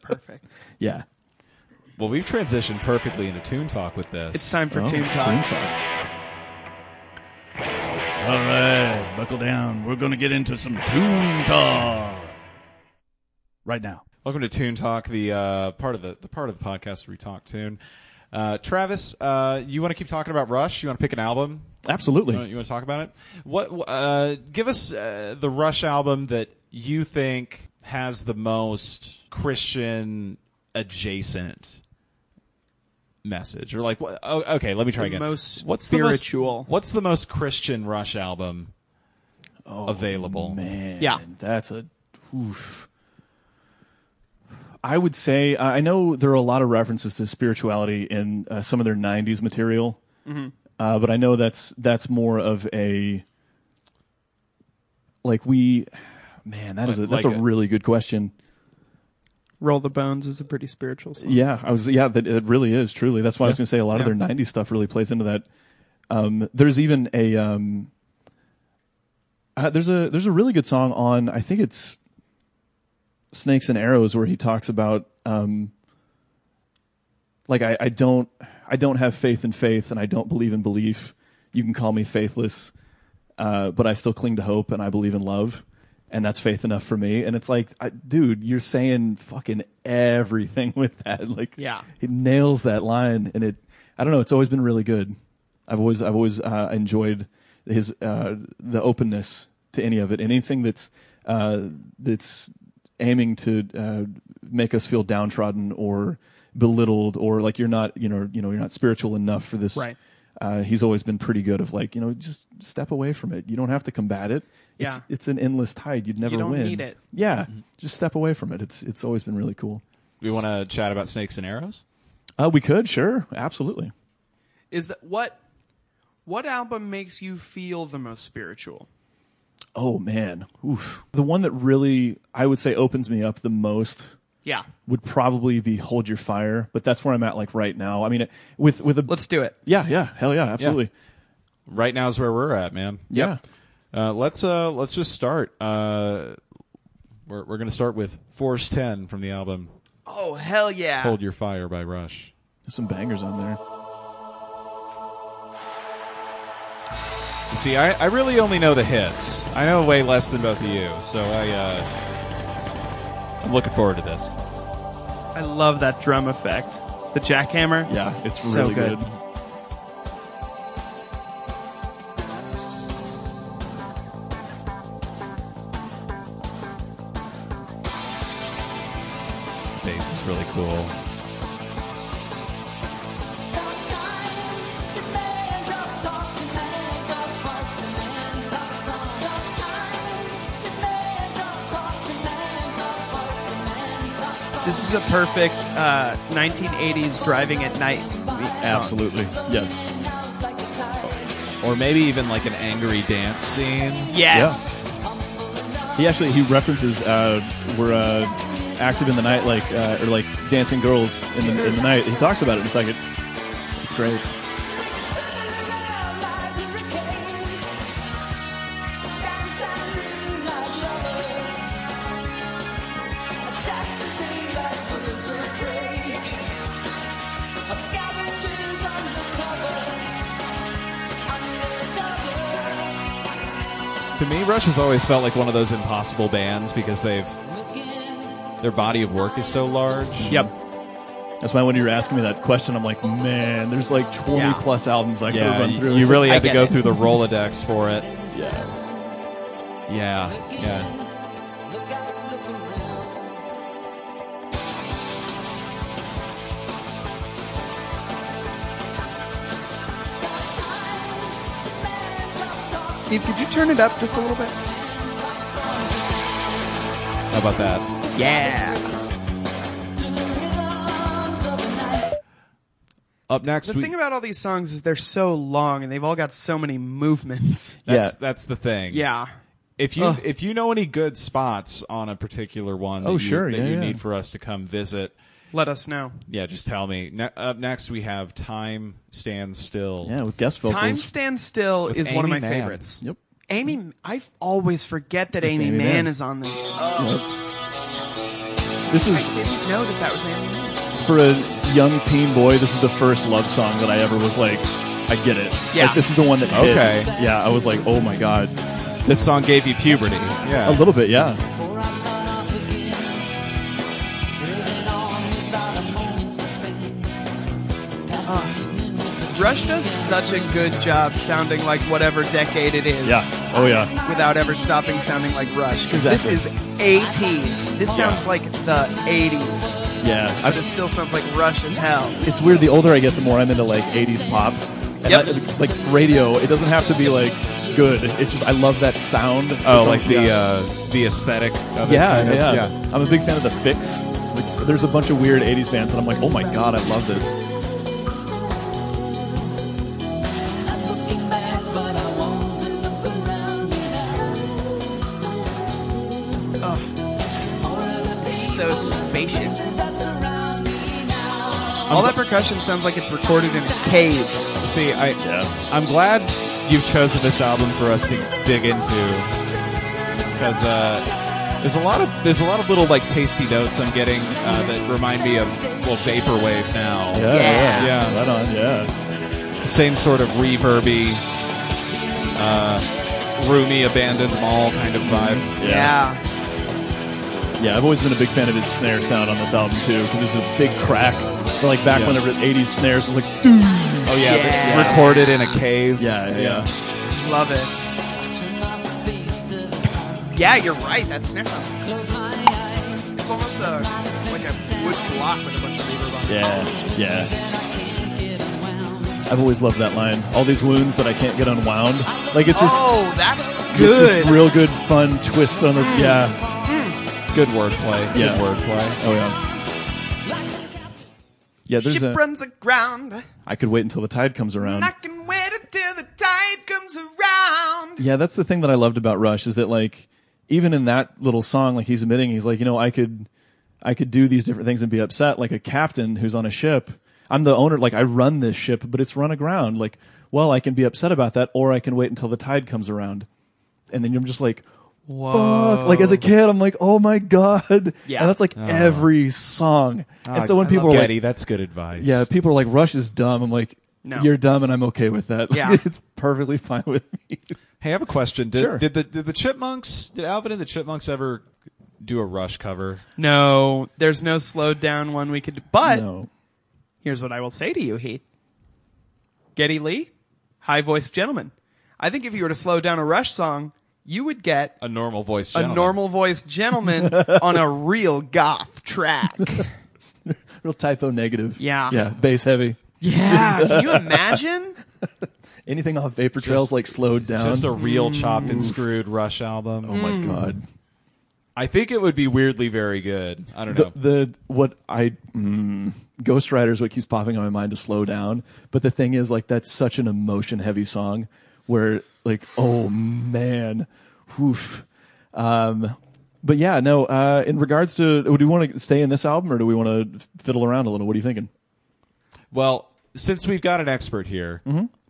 [SPEAKER 4] Perfect.
[SPEAKER 3] *laughs* yeah.
[SPEAKER 2] Well, we've transitioned perfectly into Toon Talk with this.
[SPEAKER 4] It's time for
[SPEAKER 3] Oh,
[SPEAKER 4] Toon Talk.
[SPEAKER 3] Toon Talk.
[SPEAKER 6] All right, buckle down. We're going to get into some Toon Talk right now.
[SPEAKER 2] Welcome to Toon Talk, the uh, part of the, the part of the podcast where we talk tune. Uh, Travis, uh, you want to keep talking about Rush? You want to pick an album?
[SPEAKER 3] Absolutely.
[SPEAKER 2] You want, you want to talk about it? What? Uh, give us uh, the Rush album that you think has the most Christian adjacent message, or like, what, oh, okay, let me try
[SPEAKER 4] The
[SPEAKER 2] again.
[SPEAKER 4] most
[SPEAKER 2] the most-
[SPEAKER 4] spiritual.
[SPEAKER 2] what's the most Christian Rush album
[SPEAKER 4] Oh,
[SPEAKER 2] available?
[SPEAKER 3] Man,
[SPEAKER 4] Yeah.
[SPEAKER 3] that's a. Oof. I would say I I know there are a lot of references to spirituality in uh, some of their '90s material,
[SPEAKER 4] Mm-hmm.
[SPEAKER 3] uh, but I know that's that's more of a like we, man, that is a, that's
[SPEAKER 2] Like
[SPEAKER 3] a
[SPEAKER 2] a-
[SPEAKER 3] really good question.
[SPEAKER 4] Roll the Bones is a pretty spiritual song.
[SPEAKER 3] Yeah, I was. Yeah, that it really is truly. That's why I was going to say a lot of their '90s stuff really plays into that. Um, there's even a um, uh, there's a there's a really good song on I think it's Snakes and Arrows where he talks about um, like I, I don't I don't have faith in faith and I don't believe in belief. You can call me faithless, uh, but I still cling to hope and I believe in love, and that's faith enough for me. And it's like, I, dude, you're saying fucking everything *laughs* with that. Like,
[SPEAKER 4] Yeah.
[SPEAKER 3] he nails that line, and it. I don't know. It's always been really good. I've always I've always uh, enjoyed his uh, the openness to any of it. And anything that's uh, that's aiming to uh, make us feel downtrodden or belittled or like you're not you know you know you're not spiritual enough for this.
[SPEAKER 7] Right.
[SPEAKER 3] Uh, he's always been pretty good of like you know just step away from it. You don't have to combat it. It's,
[SPEAKER 7] Yeah.
[SPEAKER 3] it's an endless tide. You'd never
[SPEAKER 7] don't
[SPEAKER 3] win.
[SPEAKER 7] need it.
[SPEAKER 3] Yeah, just step away from it. It's it's always been really cool.
[SPEAKER 2] We want to chat about snakes and arrows.
[SPEAKER 3] Uh, we could sure absolutely.
[SPEAKER 4] Is that what? What album makes you feel the most spiritual?
[SPEAKER 3] Oh man, oof. The one that really I would say opens me up the most
[SPEAKER 4] Yeah,
[SPEAKER 3] would probably be Hold Your Fire, but that's where I'm at like right now. I mean, it- with with a
[SPEAKER 4] let's do it.
[SPEAKER 3] yeah yeah hell yeah absolutely
[SPEAKER 2] Right now is where we're at, man.
[SPEAKER 3] yeah.
[SPEAKER 2] Uh, let's uh, let's just start. Uh, we're we're gonna start with Force Ten from the album
[SPEAKER 4] Oh hell yeah!
[SPEAKER 2] "Hold Your Fire" by Rush.
[SPEAKER 3] There's some bangers on there.
[SPEAKER 2] See, I, I really only know the hits. I know way less than both of you, so I uh, I'm looking forward to this.
[SPEAKER 7] I love that drum effect. The jackhammer.
[SPEAKER 3] Yeah, it's
[SPEAKER 7] So
[SPEAKER 3] really
[SPEAKER 7] good.
[SPEAKER 3] good.
[SPEAKER 2] Bass is really cool.
[SPEAKER 7] This is a perfect uh, 1980s driving at night.
[SPEAKER 3] Absolutely yes.
[SPEAKER 2] Or maybe even like an angry dance scene.
[SPEAKER 7] Yes.
[SPEAKER 3] He actually he references uh, we're uh, active in the night like uh, or like dancing girls in the, in the night. He talks about it. It's like it, it's great.
[SPEAKER 2] To me, Rush has always felt like one of those impossible bands because they've their body of work is so large.
[SPEAKER 3] Yep. That's why when you were asking me that question, I'm like, man, there's like 20
[SPEAKER 7] Yeah.
[SPEAKER 3] plus albums I could
[SPEAKER 2] Yeah,
[SPEAKER 3] run
[SPEAKER 2] you,
[SPEAKER 3] through.
[SPEAKER 2] you really
[SPEAKER 7] I
[SPEAKER 2] have to
[SPEAKER 7] get
[SPEAKER 2] go
[SPEAKER 7] it.
[SPEAKER 2] through the Rolodex for it.
[SPEAKER 3] Yeah.
[SPEAKER 2] Yeah, yeah.
[SPEAKER 4] Steve, could you turn it up just a little bit?
[SPEAKER 2] How about that?
[SPEAKER 4] Yeah.
[SPEAKER 2] Up next,
[SPEAKER 4] The
[SPEAKER 2] we,
[SPEAKER 4] thing about all these songs is they're so long and they've all got so many movements.
[SPEAKER 2] that's,
[SPEAKER 3] Yeah.
[SPEAKER 2] that's the thing.
[SPEAKER 4] Yeah.
[SPEAKER 2] If you if you know any good spots on a particular one, that
[SPEAKER 3] Oh,
[SPEAKER 2] you,
[SPEAKER 3] sure,
[SPEAKER 2] that
[SPEAKER 3] yeah,
[SPEAKER 2] you
[SPEAKER 3] yeah.
[SPEAKER 2] need for us to come visit,
[SPEAKER 4] Let us know.
[SPEAKER 2] yeah, just tell me. Ne- up next, we have "Time Stands Still."
[SPEAKER 3] Yeah, with guest vocals.
[SPEAKER 4] Time Stand Still is one of
[SPEAKER 2] Amy
[SPEAKER 4] my
[SPEAKER 2] Mann.
[SPEAKER 4] favorites.
[SPEAKER 3] Yep.
[SPEAKER 4] Amy, I always forget that
[SPEAKER 3] That's
[SPEAKER 4] Amy,
[SPEAKER 3] Amy
[SPEAKER 4] Mann
[SPEAKER 3] Mann.
[SPEAKER 4] is on this. Oh,
[SPEAKER 3] This
[SPEAKER 4] I
[SPEAKER 3] is
[SPEAKER 4] didn't know that that was Amy Mann.
[SPEAKER 3] for a young teen boy. This is the first love song that I ever was like, I get it.
[SPEAKER 4] Yeah.
[SPEAKER 3] Like, this is the one that. hit.
[SPEAKER 2] Okay.
[SPEAKER 3] Yeah, I was like, oh my god,
[SPEAKER 2] This song gave you puberty. Yeah.
[SPEAKER 3] a little bit. Yeah.
[SPEAKER 4] Rush does such a good job sounding like whatever decade it is.
[SPEAKER 3] Yeah. Oh yeah.
[SPEAKER 4] Without ever stopping sounding like Rush. Because this is 80s. This sounds like the 80s.
[SPEAKER 3] Yeah. I-
[SPEAKER 4] But it still sounds like Rush as hell.
[SPEAKER 3] it's weird. The older I get, the more I'm into like '80s pop. And
[SPEAKER 4] Yep.
[SPEAKER 3] I- like radio, it doesn't have to be like good. It's just I love that sound.
[SPEAKER 2] oh, like the
[SPEAKER 3] Yeah.
[SPEAKER 2] uh, the aesthetic. Of it,
[SPEAKER 3] Yeah,
[SPEAKER 2] kind of.
[SPEAKER 3] yeah, I'm a big fan of the Fix. Like, there's a bunch of weird '80s bands that I'm like, oh my god, I love this.
[SPEAKER 4] So spacious. All that percussion sounds like it's recorded in a cave.
[SPEAKER 2] See, I I'm glad you've chosen this album for us to dig into because uh, there's a lot of there's a lot of little like tasty notes I'm getting uh, that remind me of well vaporwave now.
[SPEAKER 3] Yeah,
[SPEAKER 4] Yeah.
[SPEAKER 3] yeah,
[SPEAKER 2] Yeah.
[SPEAKER 3] right on. Yeah,
[SPEAKER 2] Same sort of reverby, uh, roomy, abandoned mall kind of vibe.
[SPEAKER 4] Yeah.
[SPEAKER 3] yeah. I've always been a big fan of his snare sound on this album too, because there's a big crack. So like back
[SPEAKER 2] Yeah.
[SPEAKER 3] when the '80s snares was like, *laughs* "Doo."
[SPEAKER 2] Oh yeah,
[SPEAKER 4] Yeah.
[SPEAKER 2] this- recorded in a cave.
[SPEAKER 3] yeah, yeah, yeah.
[SPEAKER 4] Love it. Yeah, you're right. That's snare drum. It's almost a like a wood block with a bunch of reverb on it.
[SPEAKER 3] Yeah, yeah. I've always loved that line. All these wounds that I can't get unwound. Like it's just,
[SPEAKER 4] Oh, that's
[SPEAKER 3] it's
[SPEAKER 4] Oh, good.
[SPEAKER 3] just real good fun twist on a yeah,
[SPEAKER 2] Good wordplay.
[SPEAKER 3] Yeah.
[SPEAKER 2] Good wordplay.
[SPEAKER 3] oh yeah, yeah. There's
[SPEAKER 4] Ship
[SPEAKER 3] a.
[SPEAKER 4] runs aground.
[SPEAKER 3] I could wait until the tide comes around.
[SPEAKER 4] I can wait until the tide comes around.
[SPEAKER 3] Yeah, that's the thing that I loved about Rush is that like even in that little song, like he's admitting he's like, you know, I could I could do these different things and be upset like a captain who's on a ship. I'm the owner, like I run this ship, but it's run aground. Like, well, I can be upset about that, or I can wait until the tide comes around. And then you're just like, fuck. Like as a kid, I'm like, oh my god.
[SPEAKER 4] Yeah.
[SPEAKER 3] And that's like every song. and so when people are like,
[SPEAKER 2] Getty, that's good advice.
[SPEAKER 3] yeah, people are like, Rush is dumb. I'm like,
[SPEAKER 4] No.
[SPEAKER 3] you're dumb, and I'm okay with that. Like,
[SPEAKER 4] Yeah.
[SPEAKER 3] *laughs* it's perfectly fine with me.
[SPEAKER 2] Hey, I have a question. Did,
[SPEAKER 3] Sure.
[SPEAKER 2] did the did the Chipmunks did Alvin and the Chipmunks ever do a Rush cover?
[SPEAKER 4] No, there's no slowed down one we could. But
[SPEAKER 3] no.
[SPEAKER 4] here's what I will say to you, Heath. Getty Lee, high voiced gentleman. I think if you were to slow down a Rush song, you would get
[SPEAKER 2] A normal voice.
[SPEAKER 4] a
[SPEAKER 2] gentleman.
[SPEAKER 4] normal voiced gentleman on a real goth track.
[SPEAKER 3] real typo negative.
[SPEAKER 4] Yeah.
[SPEAKER 3] Yeah. Bass heavy.
[SPEAKER 4] Yeah, can you imagine?
[SPEAKER 3] Anything off Vapor Trails like slowed down.
[SPEAKER 2] Just a real
[SPEAKER 3] Mm.
[SPEAKER 2] chopped and screwed Rush album.
[SPEAKER 3] oh my god.
[SPEAKER 2] I think it would be weirdly very good. I don't
[SPEAKER 3] The,
[SPEAKER 2] know.
[SPEAKER 3] the what I mm, Ghost Rider is what keeps popping on my mind to slow down. But the thing is, like that's such an emotion heavy song where like oh man, oof. Um, but yeah, no. Uh, in regards to, do we want to stay in this album or do we want to fiddle around a little? What are you thinking?
[SPEAKER 2] well, since we've got an expert here,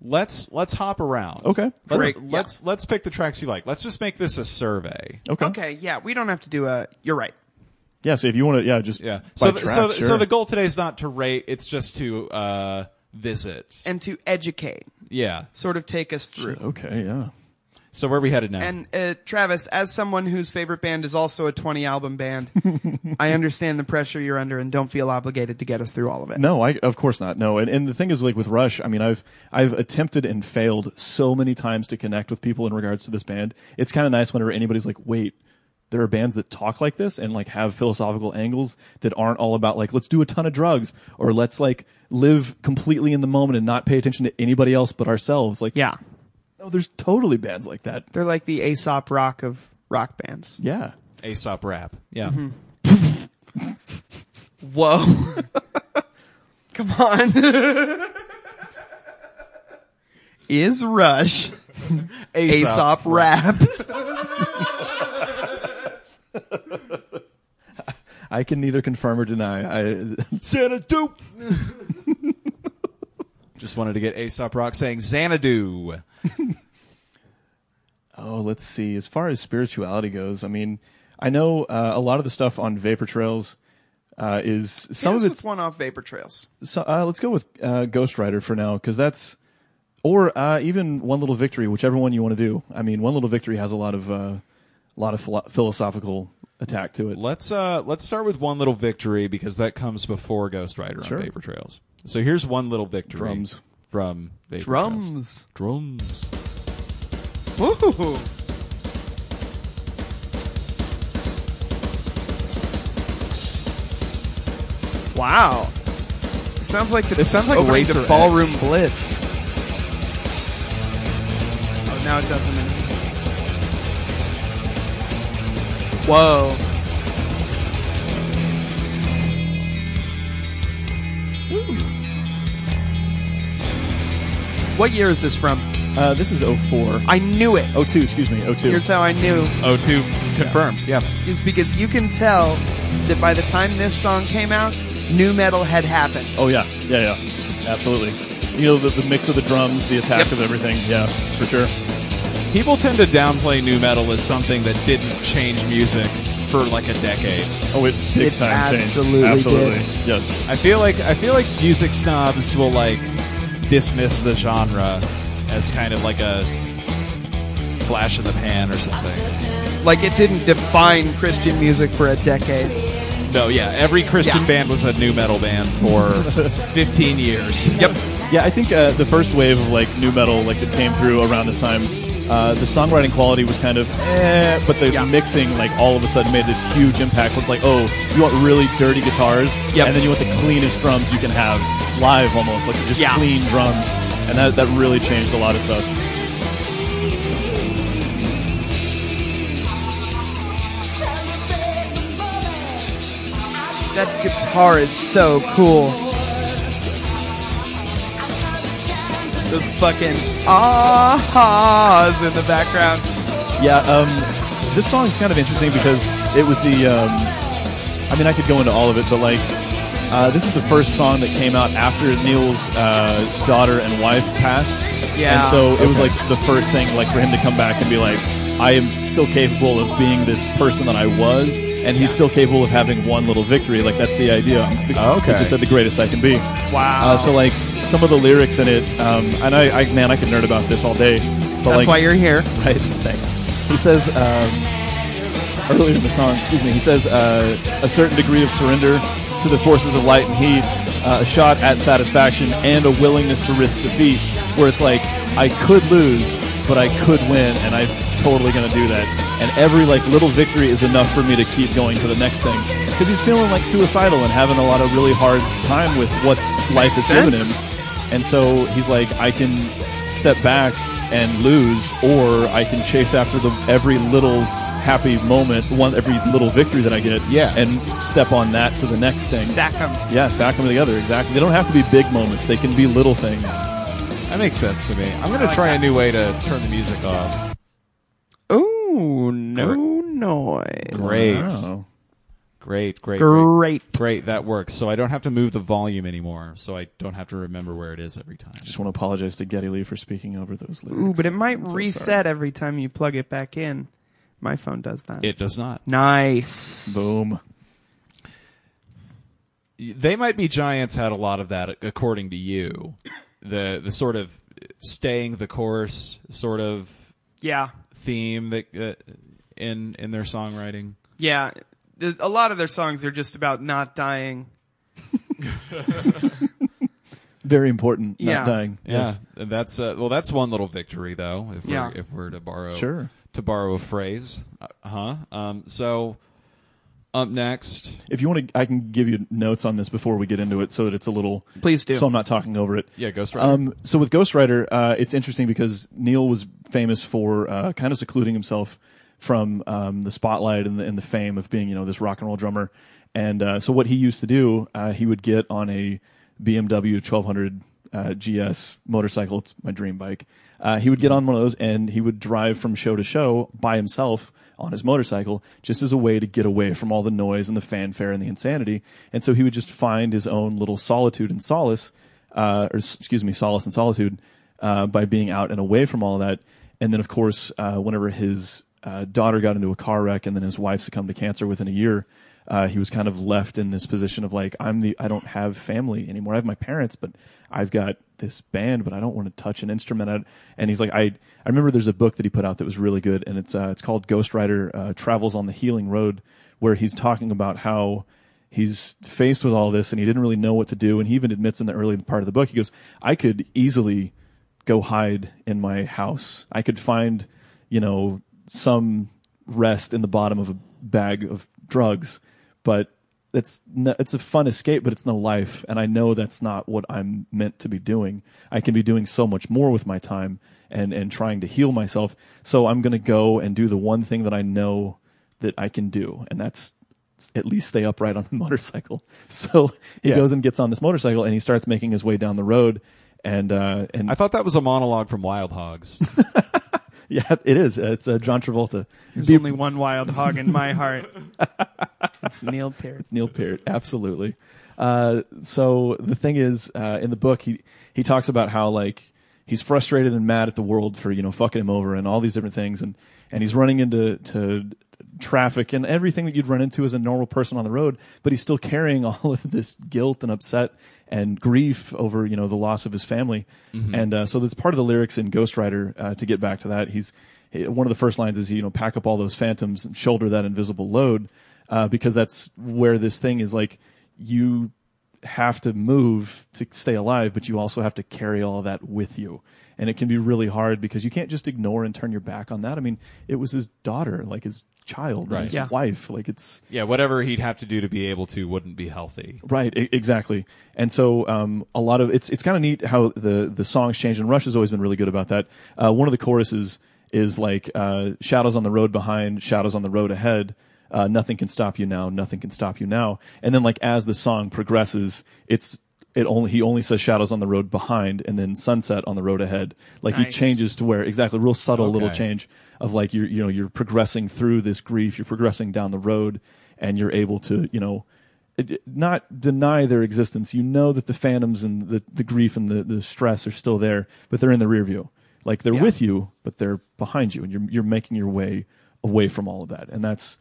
[SPEAKER 2] let's let's hop around.
[SPEAKER 3] Mm-hmm. Okay.
[SPEAKER 2] Let's
[SPEAKER 4] Great, yeah.
[SPEAKER 2] let's let's pick the tracks you like. Let's just make this a survey.
[SPEAKER 3] Okay.
[SPEAKER 4] Okay, yeah, we don't have to do a. You're right.
[SPEAKER 3] Yeah. So if you want to, yeah, just
[SPEAKER 2] Yeah.
[SPEAKER 3] By
[SPEAKER 2] So the,
[SPEAKER 3] track,
[SPEAKER 2] so
[SPEAKER 3] sure.
[SPEAKER 2] so the goal today is not to rate. It's just to uh, visit.
[SPEAKER 4] And to educate,
[SPEAKER 2] Yeah.
[SPEAKER 4] sort of take us through.
[SPEAKER 3] okay, yeah.
[SPEAKER 2] So where are we headed now?
[SPEAKER 4] And uh, Travis, as someone whose favorite band is also a 20 album band, I understand the pressure you're under and don't feel obligated to get us through all of it.
[SPEAKER 3] No, I of course not. No, and and the thing is like with Rush, I mean, I've I've attempted and failed so many times to connect with people in regards to this band. It's kind of nice whenever anybody's like, wait. There are bands that talk like this and like have philosophical angles that aren't all about like let's do a ton of drugs or let's like live completely in the moment and not pay attention to anybody else but ourselves. Like
[SPEAKER 4] Yeah.
[SPEAKER 3] no, there's totally bands like that.
[SPEAKER 4] They're like the Aesop rock of rock bands.
[SPEAKER 3] Yeah,
[SPEAKER 2] Aesop rap. Yeah.
[SPEAKER 4] Mm-hmm. Whoa. *laughs* Come on. *laughs* is Rush Aesop rap?
[SPEAKER 3] I can neither confirm or deny. I
[SPEAKER 2] Xanadu.
[SPEAKER 3] *laughs*
[SPEAKER 2] Just wanted to get Aesop Rock saying Xanadu.
[SPEAKER 3] Oh, let's see. As far as spirituality goes, I mean, I know uh, a lot of the stuff on Vapor Trails uh, is some
[SPEAKER 4] Some
[SPEAKER 3] of
[SPEAKER 4] of
[SPEAKER 3] it's.
[SPEAKER 4] one off Vapor Trails.
[SPEAKER 3] So, uh, let's go with uh, Ghost Rider for now, because that's, or uh, even One Little Victory, whichever one you want to do. I mean, One Little Victory has a lot of, uh, a lot of philo- philosophical attack to it.
[SPEAKER 2] Let's uh let's start with one little victory because that comes before Ghost Rider
[SPEAKER 3] Sure.
[SPEAKER 2] on Vapor Trails. So here's one little victory
[SPEAKER 3] Drums.
[SPEAKER 2] from Vapor Trails.
[SPEAKER 4] Drums.
[SPEAKER 2] Drums.
[SPEAKER 4] Ooh. Wow. It sounds like the
[SPEAKER 2] This sounds like
[SPEAKER 4] opening
[SPEAKER 2] Racer
[SPEAKER 4] to
[SPEAKER 2] X.
[SPEAKER 4] Ballroom Blitz. Oh, now it doesn't. Anymore. Whoa. Woo. What year is this from?
[SPEAKER 3] Uh, this is 04.
[SPEAKER 4] I knew it.
[SPEAKER 3] 02, excuse me, 02.
[SPEAKER 4] Here's how I knew
[SPEAKER 2] Oh two confirmed. Yeah.
[SPEAKER 4] is because you can tell that by the time this song came out, new metal had happened.
[SPEAKER 3] oh, yeah, yeah, yeah. Absolutely. You know, the, the mix of the drums, the attack of everything. Yeah, for sure.
[SPEAKER 2] People tend to downplay new metal as something that didn't change music for like a decade.
[SPEAKER 3] Oh, it big
[SPEAKER 4] It
[SPEAKER 3] time changed.
[SPEAKER 4] absolutely
[SPEAKER 3] Absolutely. Yes.
[SPEAKER 2] I feel like I feel like music snobs will like dismiss the genre as kind of like a flash in the pan or something.
[SPEAKER 4] Oh, Like it didn't define Christian music for a decade.
[SPEAKER 2] No, yeah, every Christian
[SPEAKER 4] Yeah.
[SPEAKER 2] band was a new metal band
[SPEAKER 4] *laughs*
[SPEAKER 2] for 15 years.
[SPEAKER 4] Yep.
[SPEAKER 3] Yeah, I think uh, the first wave of like new metal like that came through around this time Uh, the songwriting quality was kind of, eh, but the mixing, like, all of a sudden made this huge impact. It's like, oh, you want really dirty guitars,
[SPEAKER 7] Yep.
[SPEAKER 3] and then you want the cleanest drums you can have live, almost like just
[SPEAKER 7] Yeah.
[SPEAKER 3] clean drums, and that that really changed a lot of stuff.
[SPEAKER 4] That guitar is so cool. Those fucking ahas in the background.
[SPEAKER 3] Yeah, um, this song is kind of interesting because it was the. Um, I mean, I could go into all of it, but like, uh, this is the first song that came out after Neil's uh, daughter and wife passed.
[SPEAKER 4] Yeah.
[SPEAKER 3] And so it was like the first thing, like for him to come back and be like, I am still capable of being this person that I was, and he's still capable of having one little victory. Like that's the idea.
[SPEAKER 2] Okay.
[SPEAKER 3] Just at the greatest I can be.
[SPEAKER 7] Wow.
[SPEAKER 3] Uh, so like some of the lyrics in it, um, and I, I man, I could nerd about this all day. But
[SPEAKER 4] That's
[SPEAKER 3] like,
[SPEAKER 4] why you're here.
[SPEAKER 3] Right, thanks. He says um, earlier in the song, excuse me, he says uh, a certain degree of surrender to the forces of light and heat, uh, a shot at satisfaction, and a willingness to risk defeat, where it's like, I could lose, but I could win, and I'm totally going to do that. And every like little victory is enough for me to keep going to the next thing. Because he's feeling like suicidal and having a lot of really hard time with what life has given
[SPEAKER 4] sense.
[SPEAKER 3] him. And so he's like, I can step back and lose, or I can chase after the every little happy moment, one every little victory that I get,
[SPEAKER 2] Yeah.
[SPEAKER 3] and s- step on that to the next thing.
[SPEAKER 7] Stack them.
[SPEAKER 3] yeah, stack them together. Exactly. They don't have to be big moments; they can be little things.
[SPEAKER 2] That makes sense to me. I'm gonna try a new way to turn the music off.
[SPEAKER 4] Oh, no noise.
[SPEAKER 2] Great,
[SPEAKER 3] Oh.
[SPEAKER 2] great, great, great,
[SPEAKER 4] Great.
[SPEAKER 2] great. That works. So I don't have to move the volume anymore. So I don't have to remember where it is every time.
[SPEAKER 3] Just want to apologize to Getty Lee for speaking over those lyrics.
[SPEAKER 4] Ooh, but it might
[SPEAKER 3] I'm so
[SPEAKER 4] reset
[SPEAKER 3] sorry.
[SPEAKER 4] every time you plug it back in. My phone does that.
[SPEAKER 2] It does not.
[SPEAKER 4] nice.
[SPEAKER 3] Boom.
[SPEAKER 2] They might be giants had a lot of that, according to you. The the sort of staying the course sort of
[SPEAKER 4] Yeah.
[SPEAKER 2] theme that uh, in in their songwriting.
[SPEAKER 4] Yeah. There's- A lot of their songs are just about not dying.
[SPEAKER 3] Very important. Not
[SPEAKER 4] Yeah.
[SPEAKER 3] dying. Yes.
[SPEAKER 2] Yeah, that's uh, well, that's one little victory though. If we're
[SPEAKER 4] Yeah.
[SPEAKER 2] if we're to borrow
[SPEAKER 3] Sure.
[SPEAKER 2] to borrow a phrase, uh, huh? Um, so up next,
[SPEAKER 3] If you want to, I can give you notes on this before we get into it, so that it's a little.
[SPEAKER 4] Please do.
[SPEAKER 3] So I'm not talking over it.
[SPEAKER 2] Yeah, Ghost Rider.
[SPEAKER 3] Um, so with Ghost Rider, uh, it's interesting because Neil was famous for uh, kind of secluding himself from um, the spotlight and the, and the fame of being, you know, this rock and roll drummer. And uh, so what he used to do, uh, he would get on a BMW 1200 uh, GS motorcycle. It's my dream bike. Uh, he would get on one of those and he would drive from show to show by himself on his motorcycle just as a way to get away from all the noise and the fanfare and the insanity. And so he would just find his own little solitude and solace uh, or s- excuse me, solace and solitude uh, by being out and away from all that. And then, of course, uh, whenever his uh, daughter got into a car wreck and then his wife succumbed to cancer within a year, uh, he was kind of left in this position of like, I'm the, I don't have family anymore. I have my parents, but I've got this band, but I don't want to touch an instrument. I, and he's like, I, I remember there's a book that he put out that was really good, and it's uh, it's called Ghost Rider uh, Travels on the Healing Road, where he's talking about how he's faced with all this and he didn't really know what to do and he even admits in the early part of the book he goes i could easily go hide in my house i could find you know some rest in the bottom of a bag of drugs but it's no, it's a fun escape but it's no life and i know that's not what i'm meant to be doing i can be doing so much more with my time and and trying to heal myself so i'm going to go and do the one thing that i know that i can do and that's at least stay upright on a *laughs* motorcycle. So he
[SPEAKER 2] Yeah.
[SPEAKER 3] goes and gets on this motorcycle and he starts making his way down the road. And uh, and
[SPEAKER 2] I thought that was a monologue from Wild Hogs.
[SPEAKER 3] *laughs* yeah, it is. It's uh, John Travolta,
[SPEAKER 4] There's only one wild hog in my heart. it's Neil Peart.
[SPEAKER 3] Neil Peart, absolutely. Uh, so the thing is, uh, in the book, he he talks about how like he's frustrated and mad at the world for you know fucking him over and all these different things, and and he's running into to traffic and everything that you'd run into as a normal person on the road, but he's still carrying *laughs* all of this guilt and upset and grief over you know the loss of his family, and uh, so that's part of the lyrics in Ghost Rider. Uh, to get back to that, he's one of the first lines is you know pack up all those phantoms and shoulder that invisible load uh, because that's where this thing is like you have to move to stay alive, but you also have to carry all that with you. and it can be really hard because you can't just ignore and turn your back on that. I mean, it was his daughter, like his child,
[SPEAKER 2] Right.
[SPEAKER 3] and his
[SPEAKER 2] Yeah.
[SPEAKER 3] wife, like it's
[SPEAKER 2] *laughs* Yeah, whatever he'd have to do to be able to wouldn't be healthy.
[SPEAKER 3] Right, e- exactly. And so um, a lot of it's it's kind of neat how the the songs change, and Rush has always been really good about that. Uh, one of the choruses is like uh, "Shadows on the road behind, shadows on the road ahead." Uh, nothing can stop you now. Nothing can stop you now. And then, like as the song progresses, it's it only he only says shadows on the road behind, and then sunset on the road ahead. Like he
[SPEAKER 7] Nice.
[SPEAKER 3] changes to where exactly real subtle little
[SPEAKER 2] Okay.
[SPEAKER 3] change change of like you're you know you're progressing through this grief you're progressing down the road and you're able to you know it- it- not deny their existence you know that the phantoms and the, the grief and the, the stress are still there but they're in the rear view like they're with you but they're behind you and you're you're making your way away from all of that and that's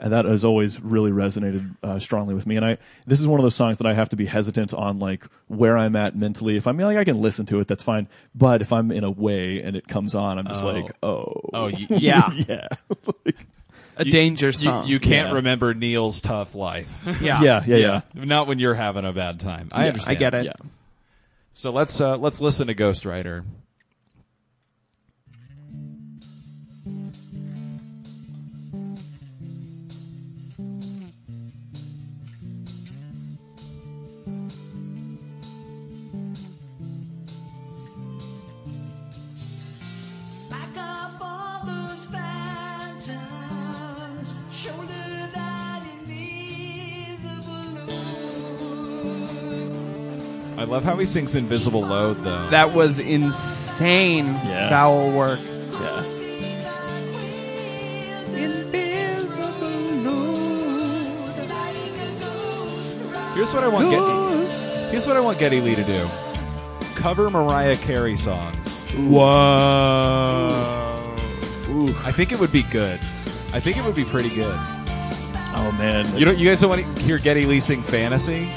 [SPEAKER 3] and that has always really resonated uh, strongly with me. And I, this is one of those songs that I have to be hesitant on, like where I'm at mentally. If I'm like, I can listen to it, that's fine. But if I'm in a way and it comes on, I'm just like, oh,
[SPEAKER 2] Oh, you,
[SPEAKER 7] Yeah.
[SPEAKER 3] *laughs* yeah, Like,
[SPEAKER 7] A danger
[SPEAKER 2] you,
[SPEAKER 7] song.
[SPEAKER 2] you can't
[SPEAKER 3] Yeah.
[SPEAKER 2] remember Neil's tough life. *laughs*
[SPEAKER 7] yeah.
[SPEAKER 3] yeah, yeah, yeah.
[SPEAKER 2] Not when you're having a bad time. I
[SPEAKER 7] I
[SPEAKER 2] understand.
[SPEAKER 7] get it.
[SPEAKER 3] Yeah.
[SPEAKER 2] So let's uh, let's listen to Ghost Rider.
[SPEAKER 8] Back up all those phantoms, shoulder that invisible load.
[SPEAKER 2] I love how he sings "Invisible Load" though.
[SPEAKER 4] That was insane
[SPEAKER 3] Yeah.
[SPEAKER 4] vowel work.
[SPEAKER 8] Keep on wielding like a ghost rider.
[SPEAKER 2] Here's what I want. Get, here's what I want Getty Lee to do: cover Mariah Carey songs.
[SPEAKER 4] Whoa.
[SPEAKER 2] I think it would be good. I think it would be pretty good.
[SPEAKER 3] Oh man,
[SPEAKER 2] You don't, you guys don't want to hear Getty Lee sing "Fantasy"?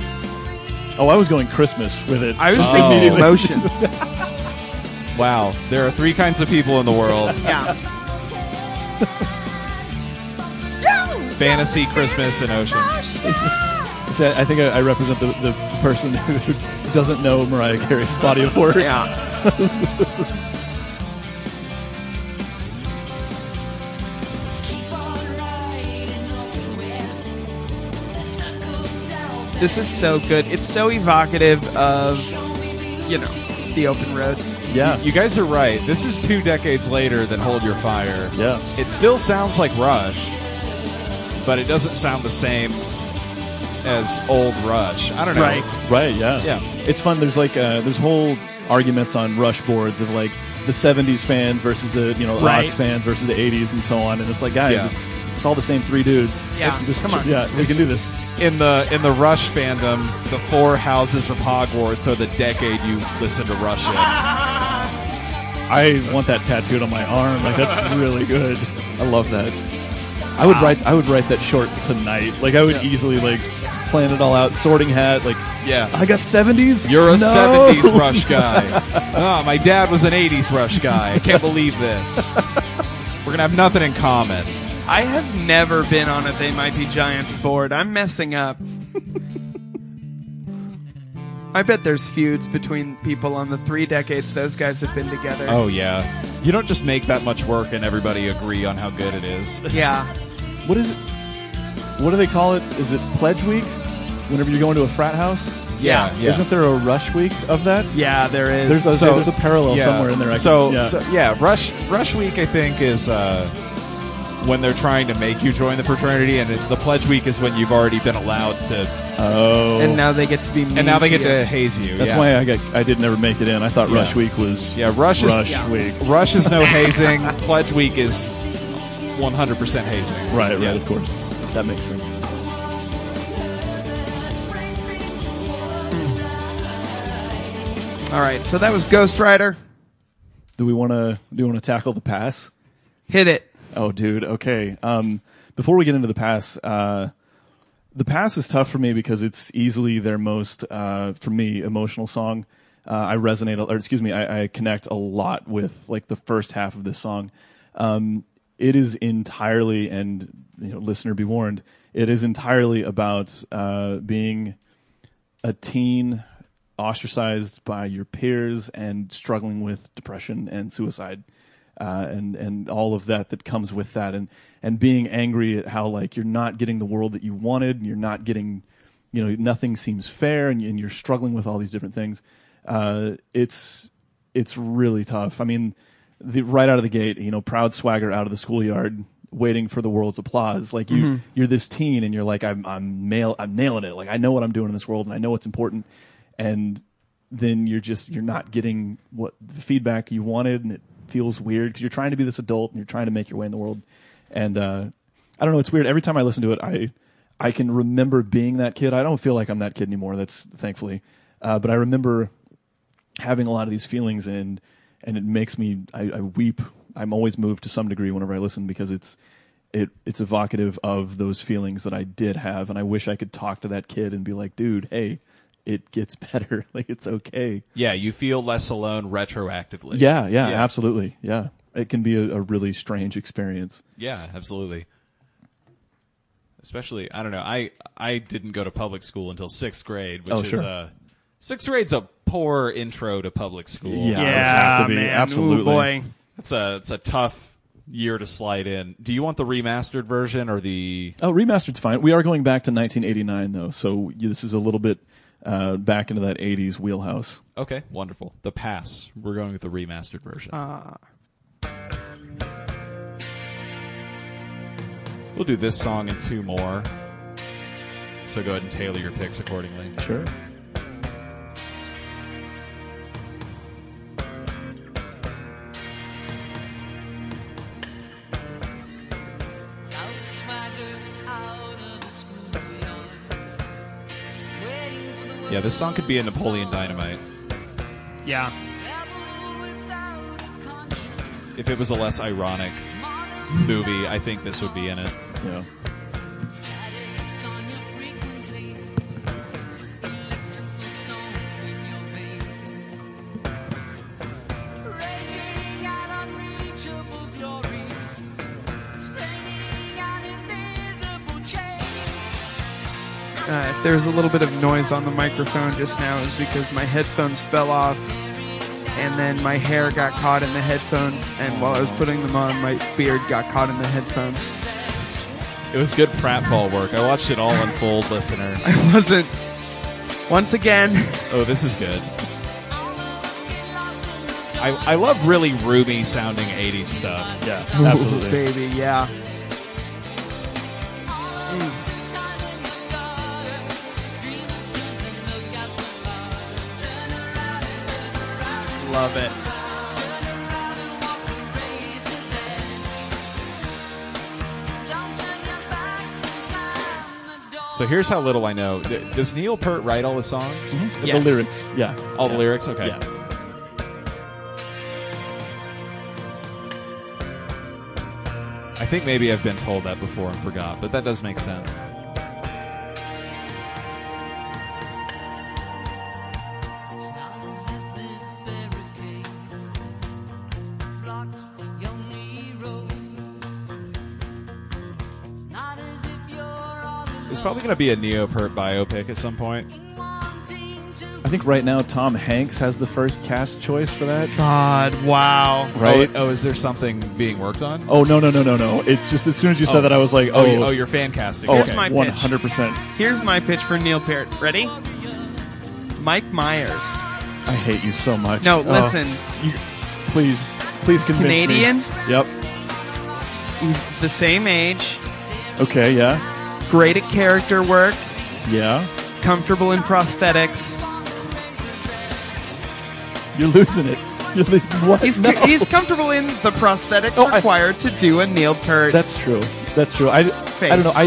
[SPEAKER 3] oh, I was going Christmas with it.
[SPEAKER 4] I was thinking emotions.
[SPEAKER 2] Wow, there are three kinds of people in the world:
[SPEAKER 4] yeah.
[SPEAKER 2] fantasy, Christmas, and oceans.
[SPEAKER 3] So I think I, I represent the, the person *laughs* who doesn't know Mariah Carey's body of work.
[SPEAKER 4] Yeah.
[SPEAKER 8] Keep on riding on west. Let's not go south.
[SPEAKER 4] This is so good. It's so evocative of, you know, the open road.
[SPEAKER 3] Yeah,
[SPEAKER 2] You guys are right. This is two decades later than Hold Your Fire.
[SPEAKER 3] yeah.
[SPEAKER 2] It still sounds like Rush, but it doesn't sound the same as old Rush. I don't know.
[SPEAKER 4] Right.
[SPEAKER 3] Right, yeah.
[SPEAKER 2] Yeah.
[SPEAKER 3] It's fun. There's like uh, there's whole arguments on rush boards of like the 70s fans versus the, you know,
[SPEAKER 4] Right.
[SPEAKER 3] odds fans versus the 80s and so on and it's like guys,
[SPEAKER 2] Yeah.
[SPEAKER 3] it's it's all the same three dudes.
[SPEAKER 4] Yeah,
[SPEAKER 3] Just-
[SPEAKER 4] come on.
[SPEAKER 3] Yeah, we can do this.
[SPEAKER 2] In the in the Rush fandom, the four houses of Hogwarts are the decade you listen to Rush in.
[SPEAKER 3] I want that tattooed on my arm. Like
[SPEAKER 4] *laughs*
[SPEAKER 3] that's really good. I love that. I would write I would write that short tonight. Like I would easily like plan it all out, sorting hat, like
[SPEAKER 2] Yeah.
[SPEAKER 3] I got 70s.
[SPEAKER 2] You're a
[SPEAKER 3] No!
[SPEAKER 2] 70s Rush guy. Ah, my dad was an 80s Rush guy. I can't believe this. We're going to have nothing in common.
[SPEAKER 4] I have never been on a They Might Be Giants board. I'm messing up. I bet there's feuds between people on the three decades those guys have been together.
[SPEAKER 2] Oh, yeah. You don't just make that much work and everybody agree on how good it is.
[SPEAKER 4] Yeah.
[SPEAKER 3] *laughs* What is it? What do they call it? Is it pledge week? Whenever you're going to a frat house?
[SPEAKER 2] Yeah. yeah.
[SPEAKER 3] Isn't there a rush week of that?
[SPEAKER 4] Yeah, there is.
[SPEAKER 3] There's a,
[SPEAKER 2] So-
[SPEAKER 3] there's a parallel somewhere in there. I
[SPEAKER 2] so,
[SPEAKER 3] can- yeah.
[SPEAKER 2] so yeah, rush rush week I think is uh, when they're trying to make you join the fraternity, and it, the pledge week is when you've already been allowed to,
[SPEAKER 3] oh,
[SPEAKER 4] and now they get to be mean
[SPEAKER 2] and now they get
[SPEAKER 4] you.
[SPEAKER 2] to haze you.
[SPEAKER 3] that's
[SPEAKER 2] yeah.
[SPEAKER 3] why I got I did never make it in. I thought rush
[SPEAKER 2] Yeah.
[SPEAKER 3] week was
[SPEAKER 2] Yeah, rush is
[SPEAKER 3] rush week.
[SPEAKER 2] rush is no hazing. pledge week is 100 percent hazing.
[SPEAKER 3] Right, right,
[SPEAKER 2] Yeah.
[SPEAKER 3] of course. That makes sense.
[SPEAKER 4] All right, so that was Ghost Rider.
[SPEAKER 3] Do we want to do you want to tackle the pass?
[SPEAKER 4] Hit it.
[SPEAKER 3] Oh, dude. Okay. Um, before we get into the pass, uh, the pass is tough for me because it's easily their most, uh, for me, emotional song. Uh, I resonate, or excuse me, I, I connect a lot with like the first half of this song. Um, it is entirely, and you know, listener, be warned, it is entirely about uh, being a teen ostracized by your peers and struggling with depression and suicide uh, and and all of that that comes with that and and being angry at how like you're not getting the world that you wanted and you're not getting you know nothing seems fair and, and you're struggling with all these different things uh, it's it's really tough i mean the right out of the gate you know proud swagger out of the schoolyard waiting for the world's applause like you you're this teen and you're like i'm i'm nail i'm nailing it like i know what i'm doing in this world and i know what's important and then you're just you're not getting what the feedback you wanted and it feels weird because you're trying to be this adult and you're trying to make your way in the world and uh, i don't know it's weird every time i listen to it i i can remember being that kid i don't feel like i'm that kid anymore that's thankfully uh, but i remember having a lot of these feelings and and it makes me I, I weep i'm always moved to some degree whenever i listen because it's it it's evocative of those feelings that i did have and i wish i could talk to that kid and be like dude hey it gets *laughs* better like it's okay
[SPEAKER 2] Yeah, you feel less alone retroactively.
[SPEAKER 3] yeah yeah,
[SPEAKER 2] Yeah.
[SPEAKER 3] absolutely yeah it can be a, a really strange experience
[SPEAKER 2] Yeah, absolutely. Especially, I don't know. I I didn't go to public school until sixth grade, which
[SPEAKER 3] Oh,
[SPEAKER 2] is
[SPEAKER 3] sure.
[SPEAKER 2] uh, sixth grade's a poor intro to public school.
[SPEAKER 3] Yeah. it would
[SPEAKER 4] yeah,
[SPEAKER 3] have to be,
[SPEAKER 4] man.
[SPEAKER 3] absolutely.
[SPEAKER 4] Ooh, boy.
[SPEAKER 2] it's a it's a tough year to slide in. Do you want the remastered version or the?
[SPEAKER 3] oh remastered's fine we are going back to 1989 though so this is a little bit uh, back into that 80s wheelhouse
[SPEAKER 2] Okay, wonderful. The pass. We're going with the remastered version. We'll do this song and two more. So go ahead and tailor your picks accordingly.
[SPEAKER 3] sure
[SPEAKER 2] Yeah, this song could be a Napoleon Dynamite
[SPEAKER 4] Yeah.
[SPEAKER 2] if it was a less ironic movie. I think this would be in it.
[SPEAKER 3] yeah
[SPEAKER 8] Uh, if there's a little bit of noise on the microphone just now, is because my headphones fell off, and then my hair got caught in the headphones, and while I was putting them on, my beard got caught in the headphones.
[SPEAKER 2] It was good pratfall work. I watched it all unfold, listener.
[SPEAKER 4] *laughs*
[SPEAKER 8] I wasn't. Once again,
[SPEAKER 2] Oh, this is good. I, I love really roomy sounding 80s stuff.
[SPEAKER 3] yeah
[SPEAKER 4] *laughs*
[SPEAKER 3] absolutely
[SPEAKER 8] baby, yeah.
[SPEAKER 4] Mm, Love it.
[SPEAKER 2] So here's how little I know. Th- Does Neil Peart write all the songs?
[SPEAKER 4] Yes.
[SPEAKER 3] the lyrics Mm-hmm. yeah
[SPEAKER 2] All the lyrics? Okay.
[SPEAKER 3] yeah
[SPEAKER 2] I think maybe I've been told that before and forgot, but that does make sense. There's probably going to be a Neo Peart biopic at some point.
[SPEAKER 3] I think right now Tom Hanks has the first cast choice for that.
[SPEAKER 4] God, wow.
[SPEAKER 3] Right?
[SPEAKER 2] Oh, oh, is there something being worked on?
[SPEAKER 3] Oh no no no no no! It's just as soon as you said that I was like, oh
[SPEAKER 2] oh, you- oh, you're fan casting.
[SPEAKER 3] oh,
[SPEAKER 2] Okay.
[SPEAKER 4] Here's my pitch.
[SPEAKER 3] one hundred percent.
[SPEAKER 4] Here's my pitch for Neil Peart. Ready? Mike Myers.
[SPEAKER 3] I hate you so much.
[SPEAKER 4] No,
[SPEAKER 3] Oh,
[SPEAKER 4] listen.
[SPEAKER 3] you, please, please convince
[SPEAKER 4] Canadian?
[SPEAKER 3] me. Yep.
[SPEAKER 4] He's the same age,
[SPEAKER 3] Okay. Yeah.
[SPEAKER 4] great at character work,
[SPEAKER 3] Yeah.
[SPEAKER 4] comfortable in prosthetics.
[SPEAKER 3] You're losing it. *laughs* You're losing what?
[SPEAKER 4] He's, *laughs*
[SPEAKER 3] No.
[SPEAKER 4] he's comfortable in the prosthetics
[SPEAKER 3] Oh, I-
[SPEAKER 4] required to do a Neil Peart.
[SPEAKER 3] That's true. That's true. I, I don't know. I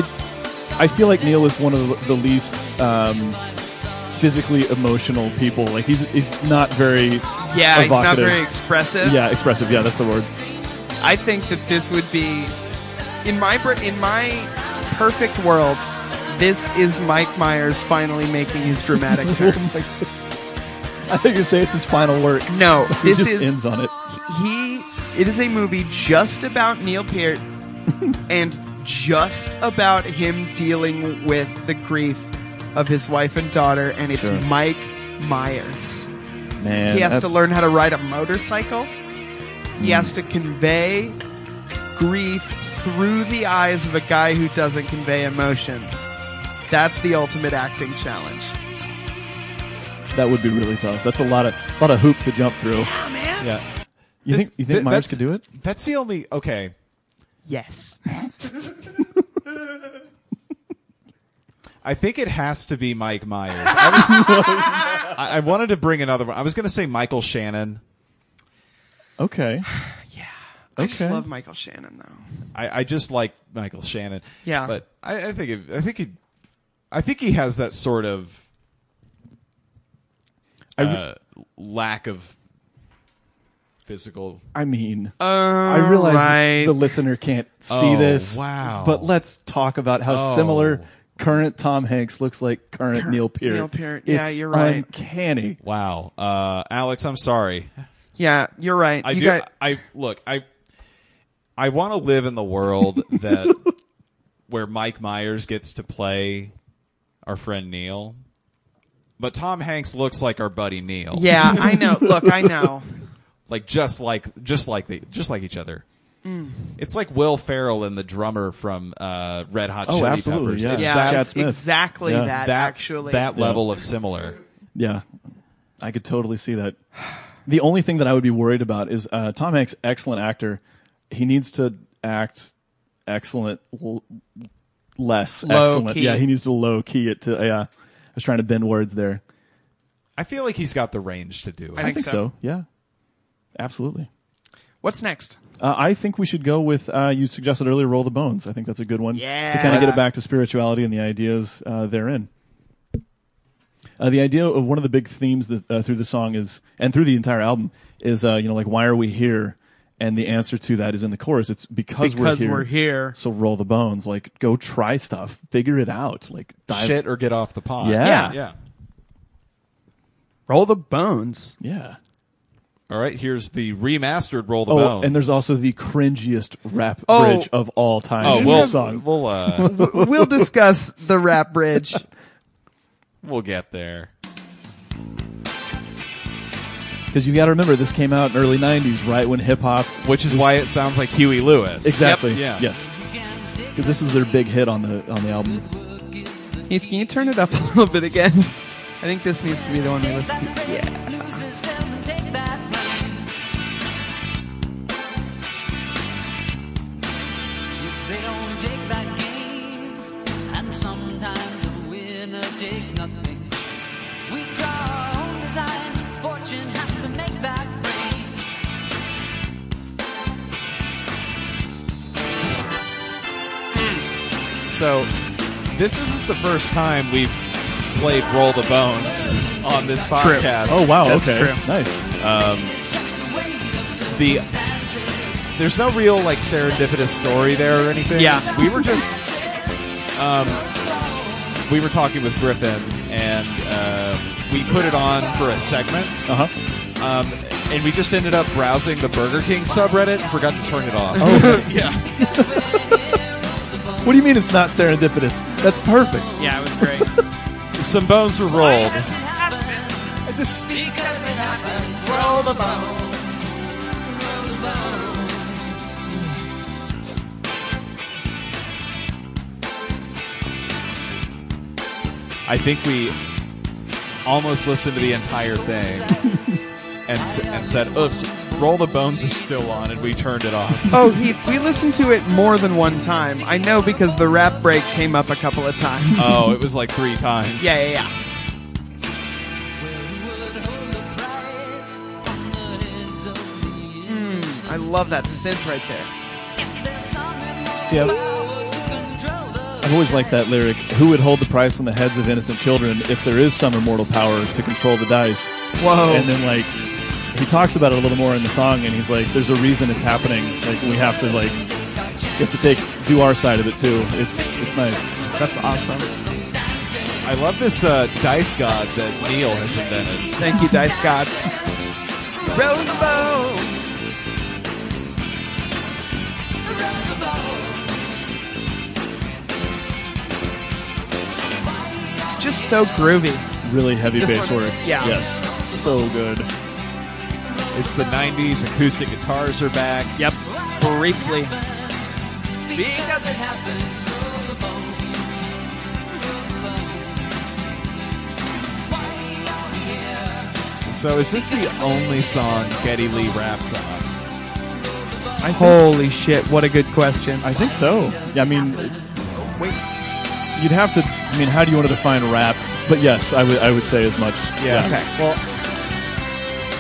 [SPEAKER 3] I feel like Neil is one of the- the least um, physically emotional people. Like he's he's not very
[SPEAKER 4] yeah, he's not
[SPEAKER 3] evocative.
[SPEAKER 4] very expressive.
[SPEAKER 3] yeah expressive. Yeah, that's the word. *laughs*
[SPEAKER 4] I think that this would be in my br- in my perfect world. This is Mike Myers finally making his
[SPEAKER 3] *laughs*
[SPEAKER 4] dramatic turn.
[SPEAKER 3] I think you'd say it's his final work.
[SPEAKER 4] No,
[SPEAKER 3] He
[SPEAKER 4] this
[SPEAKER 3] just
[SPEAKER 4] is
[SPEAKER 3] ends on it.
[SPEAKER 4] he. It is a movie just about Neil
[SPEAKER 3] *laughs*
[SPEAKER 4] Peart and just about him dealing with the grief of his wife and daughter, and it's
[SPEAKER 3] Sure.
[SPEAKER 4] Mike Myers.
[SPEAKER 3] Man,
[SPEAKER 4] he has to
[SPEAKER 3] that's- Hmm.
[SPEAKER 4] learn how to ride a motorcycle. He has to convey grief through the eyes of a guy who doesn't convey emotion. That's the ultimate acting challenge.
[SPEAKER 3] That would be really tough. That's a lot of lot of hoop to jump through.
[SPEAKER 4] Oh,
[SPEAKER 2] Yeah. This-
[SPEAKER 3] You think you
[SPEAKER 2] th-
[SPEAKER 3] think Myers
[SPEAKER 2] that's-
[SPEAKER 3] could do it?
[SPEAKER 2] That's the only okay.
[SPEAKER 4] Yes.
[SPEAKER 2] I think it has to be Mike Myers. I, was, *laughs* I, I wanted to bring another one. I was going to say Michael Shannon.
[SPEAKER 3] Okay.
[SPEAKER 4] I just
[SPEAKER 3] Okay.
[SPEAKER 4] love Michael Shannon though.
[SPEAKER 2] I, I just like Michael Shannon.
[SPEAKER 4] Yeah.
[SPEAKER 2] but I, I think it, I think he, I think he has that sort of uh, lack of physical.
[SPEAKER 3] I mean, I realize
[SPEAKER 4] right.
[SPEAKER 3] the listener can't see
[SPEAKER 2] Oh,
[SPEAKER 3] this.
[SPEAKER 2] wow.
[SPEAKER 3] But let's talk about how
[SPEAKER 2] Oh.
[SPEAKER 3] similar current Tom Hanks looks like current Neil Peart.
[SPEAKER 4] Neil Peart. Yeah,
[SPEAKER 3] It's
[SPEAKER 4] you're right.
[SPEAKER 3] Uncanny.
[SPEAKER 2] Wow, uh, Alex, I'm sorry.
[SPEAKER 4] Yeah, you're right.
[SPEAKER 2] I
[SPEAKER 4] you
[SPEAKER 2] do.
[SPEAKER 4] got-
[SPEAKER 2] I look. I I want to live in the
[SPEAKER 3] *laughs*
[SPEAKER 2] world that where Mike Myers gets to play our friend Neil, but Tom Hanks looks like our buddy Neil.
[SPEAKER 4] yeah, I know. Look, I
[SPEAKER 3] *laughs*
[SPEAKER 4] know.
[SPEAKER 2] like just like just like the just like each other.
[SPEAKER 3] Mm.
[SPEAKER 2] It's like Will Ferrell and the drummer from uh, Red Hot
[SPEAKER 3] Oh,
[SPEAKER 2] Chili
[SPEAKER 3] absolutely,
[SPEAKER 2] Peppers.
[SPEAKER 3] yeah.
[SPEAKER 2] It's
[SPEAKER 4] Yeah,
[SPEAKER 2] that,
[SPEAKER 3] Chad
[SPEAKER 4] it's
[SPEAKER 3] Smith.
[SPEAKER 4] exactly
[SPEAKER 3] Yeah.
[SPEAKER 4] that,
[SPEAKER 2] that
[SPEAKER 4] actually.
[SPEAKER 2] that level of similar.
[SPEAKER 3] Yeah, I could totally see that. The only thing that I would be worried about is uh, Tom Hanks, excellent actor. He needs to act excellent, l- less
[SPEAKER 4] Low
[SPEAKER 3] excellent.
[SPEAKER 4] key.
[SPEAKER 3] Yeah, he needs to low key it to. Yeah, I was trying to bend words there.
[SPEAKER 2] I feel like he's got the range to do it.
[SPEAKER 3] I think so. Yeah, absolutely.
[SPEAKER 4] What's next?
[SPEAKER 3] Uh, I think we should go with uh, you suggested earlier. Roll the bones. I think that's a good one to
[SPEAKER 4] Yes.
[SPEAKER 3] kind of get it back to spirituality and the ideas uh, therein. Uh, the idea of one of the big themes that, uh, through the song is, and through the entire album, is uh, you know like why are we here? And the answer to that is in the chorus. It's because,
[SPEAKER 4] Because
[SPEAKER 3] we're here.
[SPEAKER 4] we're here.
[SPEAKER 3] So roll the bones. Like go try stuff. Figure it out. Like dive.
[SPEAKER 2] Shit or get off the pot.
[SPEAKER 3] Yeah.
[SPEAKER 2] yeah.
[SPEAKER 4] Roll the bones.
[SPEAKER 3] Yeah.
[SPEAKER 2] All right, here's the remastered Roll the
[SPEAKER 3] Oh,
[SPEAKER 2] Bones.
[SPEAKER 3] and there's also the cringiest rap
[SPEAKER 4] Oh.
[SPEAKER 3] bridge of all time.
[SPEAKER 2] oh,
[SPEAKER 3] in
[SPEAKER 2] we'll
[SPEAKER 3] the song.
[SPEAKER 2] we'll
[SPEAKER 3] *laughs*
[SPEAKER 2] uh,
[SPEAKER 4] we'll discuss the rap bridge.
[SPEAKER 2] we'll get there.
[SPEAKER 3] Because you got to remember, this came out in early '90s, right when hip hop,
[SPEAKER 2] Which is
[SPEAKER 3] was-
[SPEAKER 2] why it sounds like Huey Lewis.
[SPEAKER 3] exactly,
[SPEAKER 2] Yep, yeah.
[SPEAKER 3] yes, because this was their big hit on the on the album.
[SPEAKER 4] Heath, can you turn it up *laughs* a little bit again? I think this needs to be the one we listen to.
[SPEAKER 8] Sometimes a winner takes nothing. We draw our own designs. Fortune has to make that rain.
[SPEAKER 2] So this isn't the first time we've played Roll the Bones on this podcast.
[SPEAKER 3] Oh wow,
[SPEAKER 4] That's
[SPEAKER 3] okay,
[SPEAKER 4] true.
[SPEAKER 3] nice.
[SPEAKER 8] It's just the way of
[SPEAKER 2] The
[SPEAKER 8] circumstances.
[SPEAKER 2] there's no real like serendipitous story there or anything.
[SPEAKER 4] Yeah.
[SPEAKER 2] we were just um, we were talking with Griffin and uh, we put it on for a segment,
[SPEAKER 3] Uh huh.
[SPEAKER 2] um, and we just ended up browsing the Burger King subreddit and forgot to turn it off. yeah,
[SPEAKER 3] What do you mean it's not serendipitous? That's perfect.
[SPEAKER 4] Yeah, it was great.
[SPEAKER 2] some bones were rolled. I think we almost listened to the entire thing and, s- and said, "Oops, Roll the Bones is still on," and we turned it off.
[SPEAKER 4] *laughs* oh, Heath, we listened to it more than one time. I know because the rap break came up a couple of times.
[SPEAKER 2] Oh, it was like three times.
[SPEAKER 4] *laughs* Yeah, yeah, yeah. Mm, I love that synth right there.
[SPEAKER 3] See, I've, I've always liked that lyric. Who would hold the price on the heads of innocent children if there is some immortal power to control the dice?
[SPEAKER 4] Whoa.
[SPEAKER 3] And then like. He talks about it a little more in the song, and he's like, "There's a reason it's happening. Like we have to like, you have to take do our side of it too. It's it's nice."
[SPEAKER 4] That's awesome.
[SPEAKER 2] I love this uh, dice god that Neil has invented.
[SPEAKER 4] Thank you, Dice God. Roll the bones. It's just so groovy.
[SPEAKER 3] really heavy
[SPEAKER 4] This
[SPEAKER 3] bass
[SPEAKER 4] one?
[SPEAKER 3] work.
[SPEAKER 4] Yeah.
[SPEAKER 3] Yes. So good.
[SPEAKER 2] It's the 90s. Acoustic guitars are back.
[SPEAKER 7] Yep. Briefly.
[SPEAKER 8] Because it happens all the bones. Why are we here?
[SPEAKER 2] So is this the only song Getty Lee raps on?
[SPEAKER 4] Holy shit! What a good question.
[SPEAKER 3] I think so. Yeah, I mean,
[SPEAKER 4] Wait.
[SPEAKER 3] you'd have to. I mean, how do you want to define rap? But yes, I would. I would say as much.
[SPEAKER 2] Yeah.
[SPEAKER 4] Okay.
[SPEAKER 2] Well,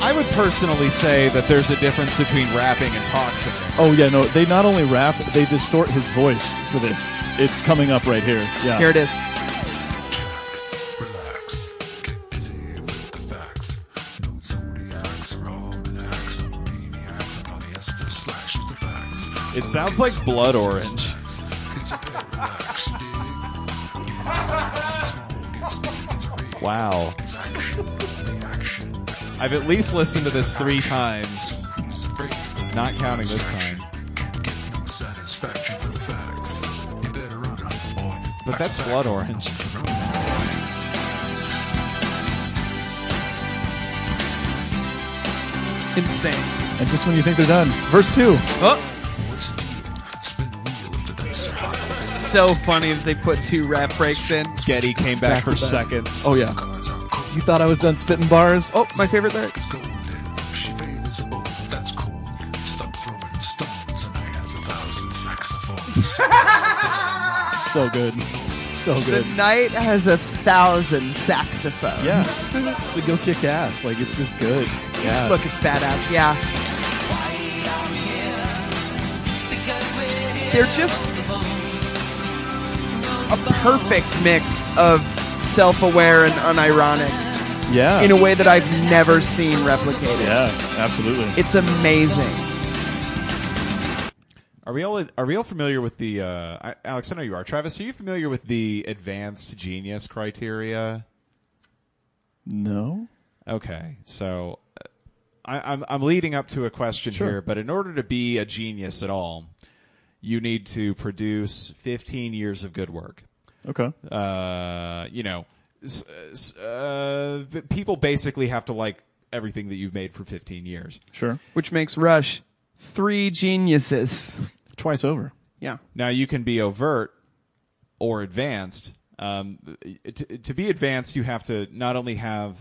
[SPEAKER 2] I would personally say that there's a difference between rapping and talk singing.
[SPEAKER 3] Oh yeah, no. They not only rap, they distort his voice for this. It's coming up right here. Yeah.
[SPEAKER 4] Here it is.
[SPEAKER 9] Relax, get busy with the facts. No zodiacs or almanacs, no maniacs, polyester slashes the facts.
[SPEAKER 2] It sounds like Blood Orange.
[SPEAKER 9] It's a bit relaxed, you dig? You relax, small gets big, it's big,
[SPEAKER 2] Wow.
[SPEAKER 9] it's action, the action
[SPEAKER 2] I've at least listened to this three times,
[SPEAKER 9] is free.
[SPEAKER 2] not counting this time.
[SPEAKER 9] Can't get no satisfaction from facts. You better run, boy.
[SPEAKER 2] But that's Blood Orange.
[SPEAKER 7] Insane.
[SPEAKER 3] And just when you think they're done, verse two.
[SPEAKER 4] Oh,
[SPEAKER 9] What's the deal? Spin the wheel if the dice are hot.
[SPEAKER 7] So funny if they put two rap breaks in.
[SPEAKER 2] Getty came back, for seconds.
[SPEAKER 3] Oh yeah.
[SPEAKER 9] Cards are cold.
[SPEAKER 3] You thought I was done spitting bars?
[SPEAKER 7] Oh, my favorite lyric.
[SPEAKER 9] golden. She favors a bold, that's cool. Stop throwing stones, and I has a thousand saxophones.
[SPEAKER 3] so good. So
[SPEAKER 4] The
[SPEAKER 3] good.
[SPEAKER 4] night has a thousand saxophones.
[SPEAKER 3] Yeah. so go kick ass. Like it's just good.
[SPEAKER 4] It's-
[SPEAKER 3] Yeah.
[SPEAKER 4] Look, it's badass. Yeah.
[SPEAKER 7] They're just a perfect mix of
[SPEAKER 4] Self-aware and unironic
[SPEAKER 3] Yeah.
[SPEAKER 4] in a way that I've never seen replicated.
[SPEAKER 3] yeah. Absolutely.
[SPEAKER 4] It's amazing.
[SPEAKER 2] Are we all are we all familiar with the uh, I- Alex? I know you are. Travis, are you familiar with the advanced genius criteria?
[SPEAKER 3] no.
[SPEAKER 2] Okay, so uh, I, I'm I'm leading up to a question
[SPEAKER 3] Sure.
[SPEAKER 2] here, but in order to be a genius at all, you need to produce 15 years of good work.
[SPEAKER 3] Okay.
[SPEAKER 2] Uh, you know, s- s- uh, the people basically have to like everything that you've made for 15 years.
[SPEAKER 3] Sure.
[SPEAKER 7] which makes Rush
[SPEAKER 4] Three geniuses.
[SPEAKER 3] Twice over.
[SPEAKER 7] yeah.
[SPEAKER 2] Now you can be overt or advanced. Um, to, to be advanced, you have to not only have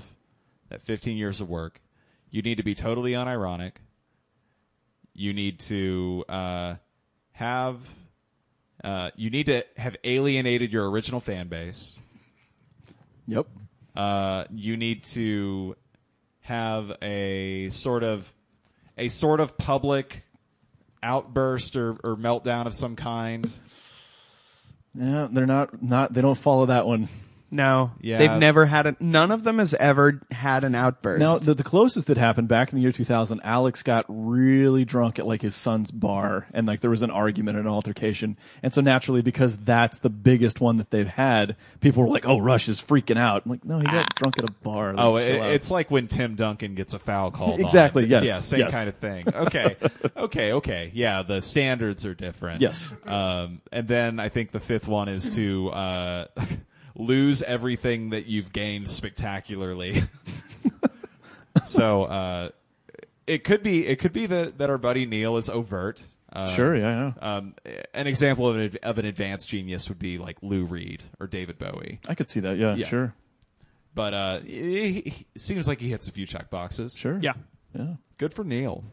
[SPEAKER 2] that 15 years of work, you need to be totally unironic. You need to uh, have uh, you need to have alienated your original fan base.
[SPEAKER 3] Yep.
[SPEAKER 2] Uh, you need to have a sort of a sort of public outburst or, or meltdown of some kind.
[SPEAKER 3] Yeah, they're not not they don't follow that one.
[SPEAKER 7] No.
[SPEAKER 2] Yeah.
[SPEAKER 7] They've never had
[SPEAKER 4] Had a, none of them has ever had an outburst.
[SPEAKER 3] Now the, the closest that happened back in the year 2000, Alex got really drunk at like his son's bar, and like there was an argument, an altercation, and so naturally because that's the biggest one that they've had, people were like, "Oh, Rush is freaking out." I'm like, no, he got drunk at a bar. Like,
[SPEAKER 2] Ah. Oh,
[SPEAKER 3] chill
[SPEAKER 2] it,
[SPEAKER 3] out.
[SPEAKER 2] it's like when Tim Duncan gets a
[SPEAKER 3] *laughs*
[SPEAKER 2] foul called. on.
[SPEAKER 3] Exactly, yes,
[SPEAKER 2] Yeah. Same
[SPEAKER 3] yes.
[SPEAKER 2] kind of thing.
[SPEAKER 3] *laughs*
[SPEAKER 2] Okay. okay. Okay. Yeah. The standards are different.
[SPEAKER 3] Yes.
[SPEAKER 2] Um, and then I think the fifth one is to uh, *laughs* lose everything that you've gained spectacularly. *laughs* so uh, it could be it could be that that our buddy Neil is overt. Uh,
[SPEAKER 3] sure, yeah, yeah.
[SPEAKER 2] Um, an example of an, of an advanced genius would be like Lou Reed or David Bowie,
[SPEAKER 3] I could see that. Yeah,
[SPEAKER 2] yeah.
[SPEAKER 3] sure,
[SPEAKER 2] but uh, he, he- he seems like he hits a few check boxes.
[SPEAKER 3] sure.
[SPEAKER 7] Yeah.
[SPEAKER 3] yeah.
[SPEAKER 2] Good for Neil.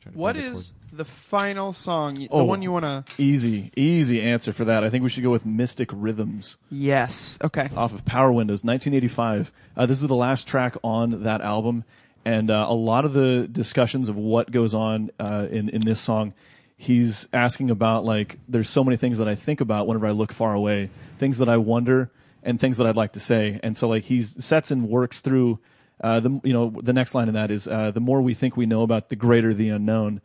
[SPEAKER 2] Trying to
[SPEAKER 7] What
[SPEAKER 2] find a
[SPEAKER 7] is
[SPEAKER 2] chord.
[SPEAKER 7] the final song? The
[SPEAKER 3] Oh.
[SPEAKER 7] one you want to
[SPEAKER 3] Easy, easy answer for that. I think we should go with Mystic Rhythms.
[SPEAKER 7] Yes. Okay.
[SPEAKER 3] off of Power Windows, 1985. Uh, this is the last track on that album, and uh, a lot of the discussions of what goes on uh, in in this song. He's asking about like there's so many things that I think about whenever I look far away, things that I wonder, and things that I'd like to say. And so like he sets and works through uh, the you know the next line in that is uh, the more we think we know about the greater the unknown.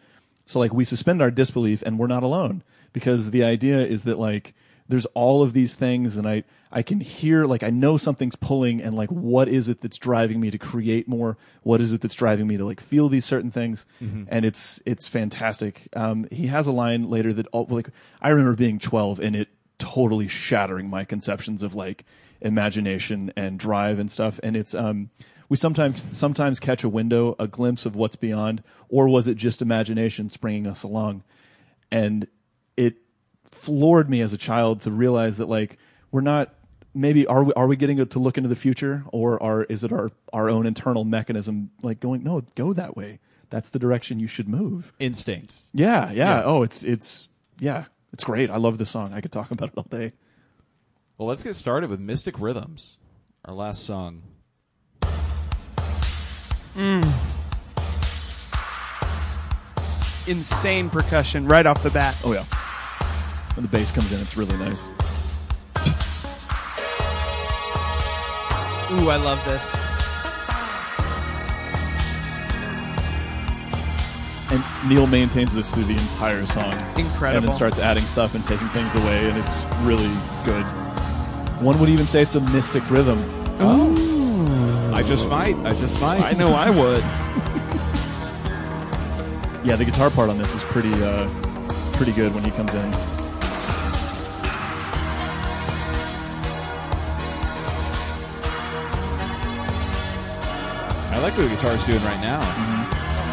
[SPEAKER 3] So like we suspend our disbelief and we're not alone because the idea is that like there's all of these things and I I can hear like I know something's pulling and like what is it that's driving me to create more? What is it that's driving me to like feel these certain things? And oh, it's it's fantastic. Um, he has a line later that all, like I remember being 12 and it
[SPEAKER 7] totally shattering my conceptions of like imagination and drive and stuff. And it's um, we sometimes sometimes catch a window, a glimpse of what's beyond, or was it just imagination springing us along? And it floored me as a child to realize that like we're not maybe are we are we getting to look into the future or are is it our our own internal mechanism like going no go that way that's the direction you should move
[SPEAKER 2] Instinct.
[SPEAKER 7] yeah yeah, oh it's it's yeah it's great i love this song i could talk about it all day
[SPEAKER 2] Well, let's get started with Mystic Rhythms, our last song.
[SPEAKER 4] Insane percussion right off the bat.
[SPEAKER 7] oh yeah when the bass comes in it's really nice
[SPEAKER 4] Ooh, I love this.
[SPEAKER 7] and neil maintains this through the entire song and
[SPEAKER 4] Incredible.
[SPEAKER 7] then starts adding stuff and taking things away and it's really good one would even say it's a mystic rhythm
[SPEAKER 2] I just might. I just might.
[SPEAKER 4] I know I would.
[SPEAKER 7] yeah the guitar part on this is pretty uh pretty good when he comes in
[SPEAKER 2] I like what the guitar's doing right now.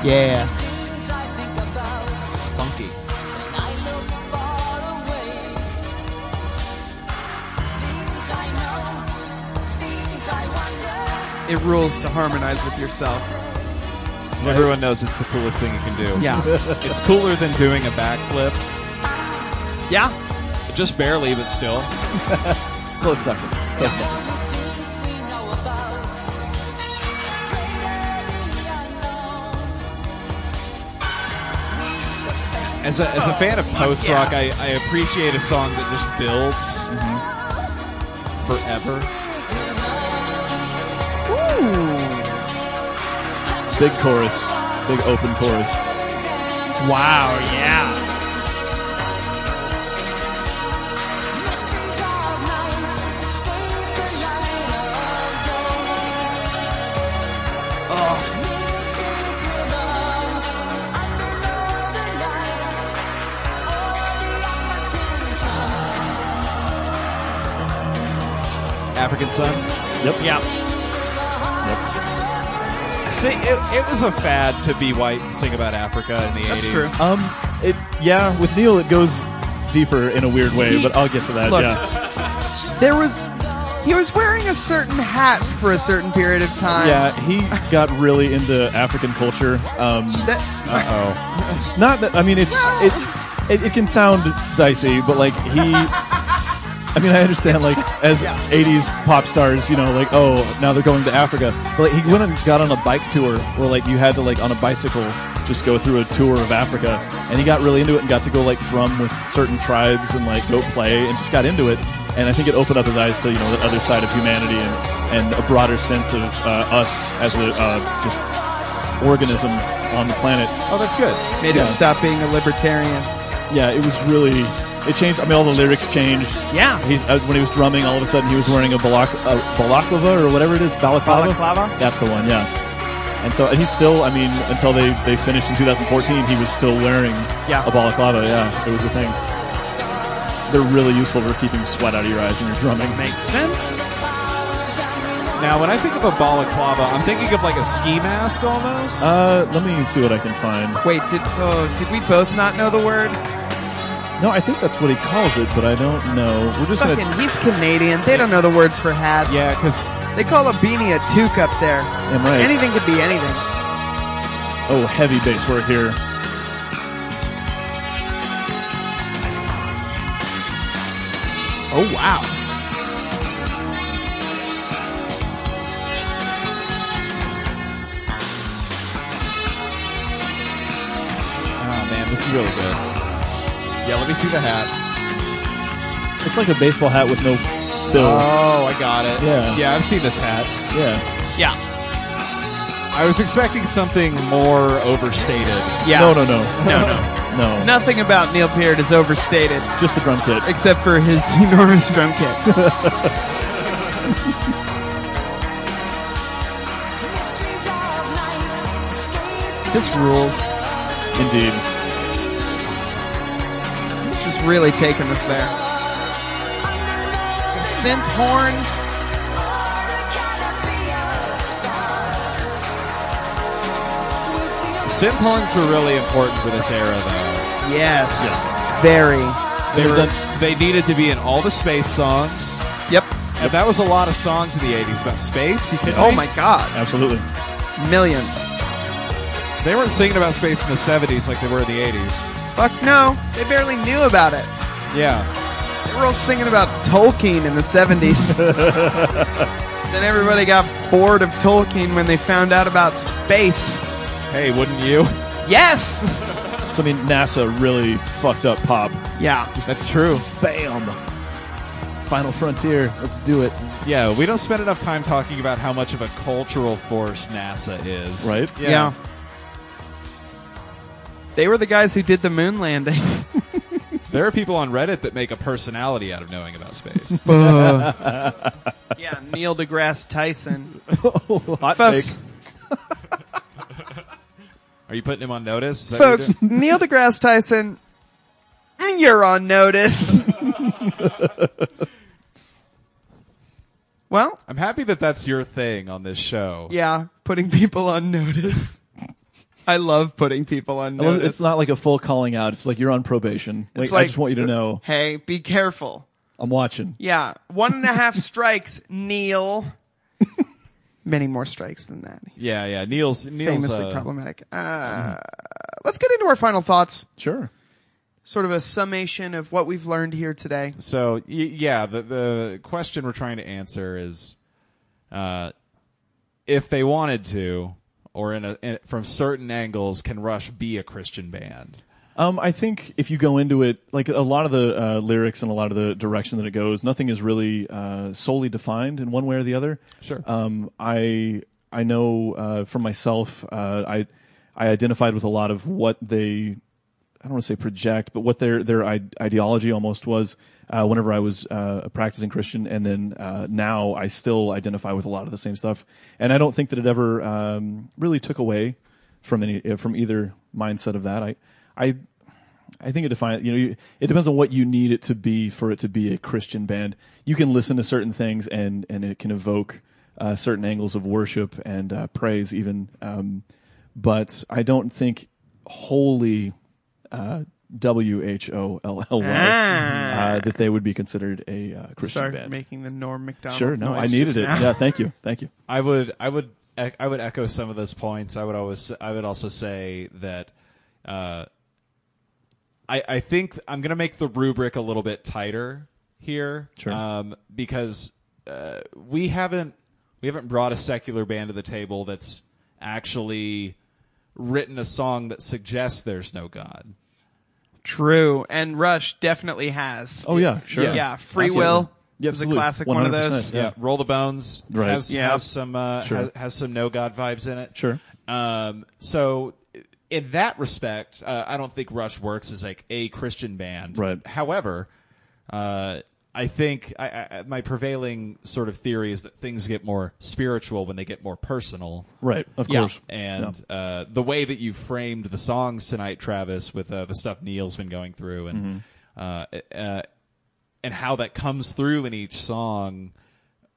[SPEAKER 4] Yeah.
[SPEAKER 8] Things I think about
[SPEAKER 2] It's funky.
[SPEAKER 8] when I look far away. Things I know, things I wonder.
[SPEAKER 4] It rules to harmonize with yourself.
[SPEAKER 2] Everyone knows it's the coolest thing you can do.
[SPEAKER 4] Yeah.
[SPEAKER 2] It's cooler than doing a backflip.
[SPEAKER 4] yeah.
[SPEAKER 2] Just barely, but still.
[SPEAKER 7] close second close second
[SPEAKER 8] All the things we know about. Greater than the unknown. We suspect
[SPEAKER 2] As a, as a fan of post rock, I, I appreciate a song that just builds forever.
[SPEAKER 7] Big chorus. Big open chorus.
[SPEAKER 4] Wow. Yeah.
[SPEAKER 8] mysteries of night escape the light of day. Mystic rhythms under the lights. All the African sun.
[SPEAKER 2] African Sun.
[SPEAKER 7] Yep. Yeah.
[SPEAKER 2] See, it, it was a fad to be white and sing about Africa in the 80s.
[SPEAKER 4] true.
[SPEAKER 7] Um. It. Yeah. With Neil, it goes deeper in a weird way, but I'll get to that.
[SPEAKER 4] Look.
[SPEAKER 7] yeah.
[SPEAKER 4] There was. He was wearing a certain hat for a certain period of time.
[SPEAKER 7] Yeah. He got really into African culture. Um.
[SPEAKER 4] That,
[SPEAKER 2] Oh.
[SPEAKER 7] Not that. I mean, it's it. It, it can sound dicey, but like he. I mean, I understand, like, as 80s pop stars, you know, like, oh, now they're going to Africa. But, like, he went and got on a bike tour where, like, you had to, like, on a bicycle just go through a tour of Africa. And he got really into it and got to go, like, drum with certain tribes and, like, go play and just got into it. And I think it opened up his eyes to, you know, the other side of humanity and, and a broader sense of uh, us as a uh, just organism on the planet.
[SPEAKER 2] oh, that's good.
[SPEAKER 4] made
[SPEAKER 7] yeah.
[SPEAKER 4] him stop being a libertarian.
[SPEAKER 7] Yeah, it was really. It changed. I mean, all the lyrics changed.
[SPEAKER 4] Yeah.
[SPEAKER 7] He's uh, when he was drumming, all of a sudden he was wearing a balak, uh, balaclava or whatever it is, balaclava.
[SPEAKER 4] Balaclava?
[SPEAKER 7] That's the one. Yeah. And so and he's still. I mean, until they they finished in 2014, he was still wearing
[SPEAKER 4] Yeah.
[SPEAKER 7] a balaclava. Yeah, it was a thing. They're really useful for keeping sweat out of your eyes when you're drumming.
[SPEAKER 4] Makes sense.
[SPEAKER 2] Now, when I think of a balaclava, I'm thinking of like a ski mask almost.
[SPEAKER 7] Uh, let me see what I can find.
[SPEAKER 4] Wait, did oh did we both not know the word?
[SPEAKER 7] No, I think that's what he calls it, but I don't know. We're just
[SPEAKER 4] Fucking,
[SPEAKER 7] gonna.
[SPEAKER 4] he's Canadian. They don't know the words for hats.
[SPEAKER 2] yeah, because
[SPEAKER 4] They call a beanie a toque up there.
[SPEAKER 7] Am right.
[SPEAKER 4] Anything could be anything.
[SPEAKER 7] Oh, heavy bass work here.
[SPEAKER 4] Oh wow.
[SPEAKER 2] oh man, this is really good. Yeah, let me see the hat.
[SPEAKER 7] It's like a baseball hat with no bill.
[SPEAKER 4] Uh,
[SPEAKER 2] Oh, I got it.
[SPEAKER 7] Yeah.
[SPEAKER 2] yeah, I've seen this hat.
[SPEAKER 7] yeah.
[SPEAKER 2] I was expecting something more overstated.
[SPEAKER 4] Yeah.
[SPEAKER 7] No, no, no. No, no. *laughs* no.
[SPEAKER 4] Nothing about Neil Peart is overstated,
[SPEAKER 7] Just the drum kit.
[SPEAKER 4] except for his *laughs* enormous drum kit.
[SPEAKER 8] Mysteries of night escape the
[SPEAKER 4] This rules.
[SPEAKER 7] Indeed.
[SPEAKER 4] Just really taking us there. synth horns.
[SPEAKER 2] Synth horns were really important for this era, though.
[SPEAKER 4] Yes. Very.
[SPEAKER 2] They were, they needed to be in all the space songs.
[SPEAKER 4] Yep.
[SPEAKER 2] And that was a lot of songs in the '80s about space. You kidding
[SPEAKER 4] Oh
[SPEAKER 2] me?
[SPEAKER 4] my god.
[SPEAKER 3] Absolutely.
[SPEAKER 4] Millions.
[SPEAKER 2] They weren't singing about space in the '70s like they were in the '80s.
[SPEAKER 4] Fuck no. They barely knew about it.
[SPEAKER 2] Yeah.
[SPEAKER 4] They were all singing about Tolkien in the 70s. then everybody got bored of Tolkien when they found out about space.
[SPEAKER 2] Hey, wouldn't you?
[SPEAKER 4] Yes!
[SPEAKER 3] So I mean, NASA really fucked up pop.
[SPEAKER 4] Yeah.
[SPEAKER 2] *laughs* That's true.
[SPEAKER 3] Bam. Final frontier. Let's do it.
[SPEAKER 2] Yeah, we don't spend enough time talking about how much of a cultural force NASA is.
[SPEAKER 3] Right.
[SPEAKER 4] Yeah. They were the guys who did the moon landing.
[SPEAKER 2] There are people on Reddit that make a personality out of knowing about *laughs* space.
[SPEAKER 4] yeah, Neil deGrasse Tyson.
[SPEAKER 3] Hot
[SPEAKER 4] Folks,
[SPEAKER 3] take.
[SPEAKER 2] are you putting him on notice? Is that what you're
[SPEAKER 4] folks, Neil deGrasse Tyson, you're on notice. well,
[SPEAKER 2] I'm happy that that's your thing on this show.
[SPEAKER 4] yeah, putting people on notice. I love putting people on
[SPEAKER 3] Well,
[SPEAKER 4] notice.
[SPEAKER 3] It's not like a full calling out. It's like you're on probation. Like,
[SPEAKER 4] It's
[SPEAKER 3] I
[SPEAKER 4] like-
[SPEAKER 3] just want you to know
[SPEAKER 4] Hey, be careful.
[SPEAKER 3] I'm watching.
[SPEAKER 4] Yeah, one and a half
[SPEAKER 3] *laughs*
[SPEAKER 4] strikes, Neil. Many more strikes than that.
[SPEAKER 2] Yeah, yeah. Neil's Neil's
[SPEAKER 4] Famously
[SPEAKER 2] uh,
[SPEAKER 4] problematic.
[SPEAKER 3] mm-hmm.
[SPEAKER 4] Uh, let's get into our final thoughts.
[SPEAKER 3] Sure.
[SPEAKER 4] Sort of a summation of what we've learned here today.
[SPEAKER 2] So y- yeah, the the question we're trying to answer is, uh, if they wanted to, or in a in, from certain angles, can Rush be a Christian band?
[SPEAKER 3] Um, I think if you go into it, like a lot of the uh, lyrics and a lot of the direction that it goes, nothing is really uh, solely defined in one way or the other.
[SPEAKER 2] Sure.
[SPEAKER 3] Um, I I know uh, for myself, uh, I I identified with a lot of what they I don't want to say project, but what their their I- ideology almost was. Uh, whenever I was uh, a practicing Christian, and then uh, now I still identify with a lot of the same stuff, and I don't think that it ever um, really took away from any uh, from either mindset of that. I I I think it defines you know you, it depends on what you need it to be for it to be a Christian band. You can listen to certain things and and it can evoke uh, certain angles of worship and uh, praise even, um, but I don't think wholly uh, W H O L L Y uh, that they would be considered a uh,
[SPEAKER 4] Ah.
[SPEAKER 3] Christian
[SPEAKER 4] Sorry for
[SPEAKER 3] band.
[SPEAKER 4] making the Norm McDonald.
[SPEAKER 3] Sure, no,
[SPEAKER 4] noise
[SPEAKER 3] I needed
[SPEAKER 4] just *laughs*
[SPEAKER 3] it.
[SPEAKER 4] now.
[SPEAKER 3] Yeah, thank you, thank you.
[SPEAKER 2] I would I would ec- I would echo some of those points. I would always I would also say that uh, I I think I'm gonna make the rubric a little bit tighter here,
[SPEAKER 3] Sure.
[SPEAKER 2] um, because uh, we haven't we haven't brought a secular band to the table that's actually written a song that suggests there's no God.
[SPEAKER 4] True, and Rush definitely has.
[SPEAKER 3] Oh yeah, sure.
[SPEAKER 4] yeah, Free
[SPEAKER 3] Absolutely.
[SPEAKER 4] Will
[SPEAKER 3] Yeah,
[SPEAKER 4] was a
[SPEAKER 3] absolutely.
[SPEAKER 4] classic one of those.
[SPEAKER 3] 100%,
[SPEAKER 2] Yeah, Roll the Bones
[SPEAKER 3] Right.
[SPEAKER 2] has,
[SPEAKER 4] Yeah.
[SPEAKER 2] has some uh,
[SPEAKER 3] Sure.
[SPEAKER 2] has, has some no God vibes in it.
[SPEAKER 3] Sure.
[SPEAKER 2] Um, so in that respect, uh, I don't think Rush works as like a Christian band.
[SPEAKER 3] Right.
[SPEAKER 2] However, uh, I think I, I, my prevailing sort of theory is that things get more spiritual when they get more personal.
[SPEAKER 3] Right, of course.
[SPEAKER 2] And uh, the way that you framed the songs tonight, Travis, with uh, the stuff Neil's been going through, and uh, uh, and how that comes through in each song,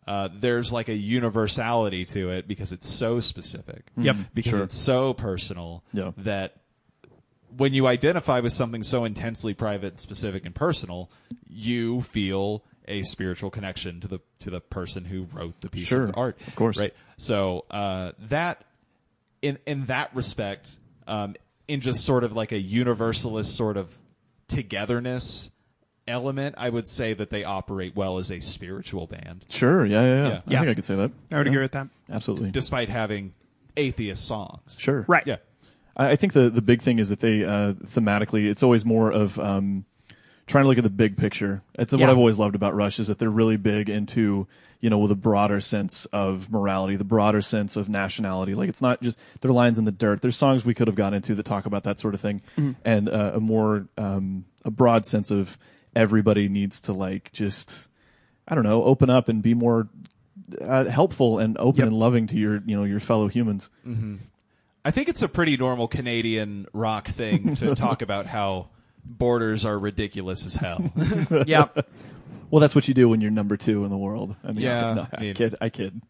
[SPEAKER 2] uh, there's like a universality to it because it's so specific. Yep. Because it's so personal
[SPEAKER 3] Yeah.
[SPEAKER 2] that when you identify with something so intensely private, and specific, and personal, you feel a spiritual connection to the to the person who wrote the piece
[SPEAKER 3] Sure.
[SPEAKER 2] of art.
[SPEAKER 3] Of course.
[SPEAKER 2] Right. So uh, that in in that respect, um, in just sort of like a universalist sort of togetherness element, I would say that they operate well as a spiritual band,
[SPEAKER 3] Sure, yeah, yeah, yeah.
[SPEAKER 2] Yeah.
[SPEAKER 3] I think I could say that.
[SPEAKER 4] I would agree with that.
[SPEAKER 3] Absolutely.
[SPEAKER 2] despite having atheist songs.
[SPEAKER 3] Sure.
[SPEAKER 4] Right.
[SPEAKER 2] Yeah.
[SPEAKER 3] I, I think the the big thing is that they uh, thematically, it's always more of um, trying to look at the big picture. It's what
[SPEAKER 4] Yeah.
[SPEAKER 3] I've always loved about Rush is that they're really big into you know with a broader sense of morality, the broader sense of nationality. Like it's not just their lines in the dirt. There's songs we could have got into that talk about that sort of thing, and uh, a more um, a broad sense of everybody needs to like just I don't know open up and be more. Uh, helpful and open and loving to your, you know, your fellow humans.
[SPEAKER 2] I think it's a pretty normal Canadian rock thing to talk about how borders are ridiculous as hell.
[SPEAKER 4] Yep.
[SPEAKER 3] Well, that's what you do when you're number two in the world. I mean,
[SPEAKER 2] Yeah,
[SPEAKER 3] no,
[SPEAKER 2] I
[SPEAKER 3] I
[SPEAKER 2] mean-
[SPEAKER 3] kid, I kid.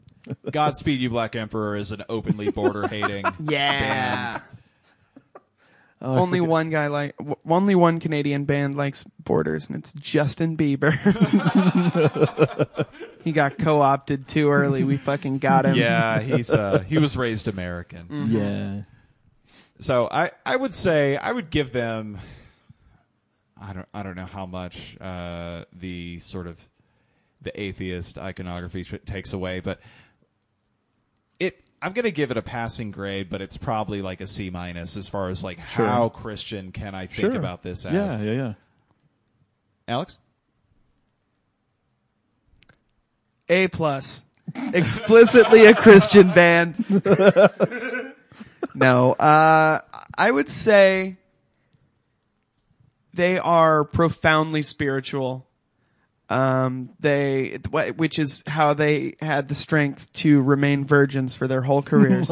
[SPEAKER 2] Godspeed You Black Emperor is an openly border hating.
[SPEAKER 4] Yeah.
[SPEAKER 2] band.
[SPEAKER 3] Oh, I
[SPEAKER 4] Only
[SPEAKER 3] forget-
[SPEAKER 4] one guy like w- only one Canadian band likes borders, and it's Justin Bieber. *laughs* he got co-opted too early. We fucking got him.
[SPEAKER 2] Yeah, he's uh, he was raised American.
[SPEAKER 3] Yeah.
[SPEAKER 2] So I, I would say I would give them I don't I don't know how much uh, the sort of the atheist iconography sh- takes away, but it I'm gonna give it a passing grade, but it's probably like a C minus as far as like
[SPEAKER 3] Sure.
[SPEAKER 2] how Christian can I think
[SPEAKER 3] Sure.
[SPEAKER 2] about this as
[SPEAKER 3] Yeah, yeah, yeah.
[SPEAKER 2] Alex?
[SPEAKER 4] A plus. Explicitly a Christian band. no, uh, I would say they are profoundly spiritual. Um, they, wh- which is how they had the strength to remain virgins for their whole careers.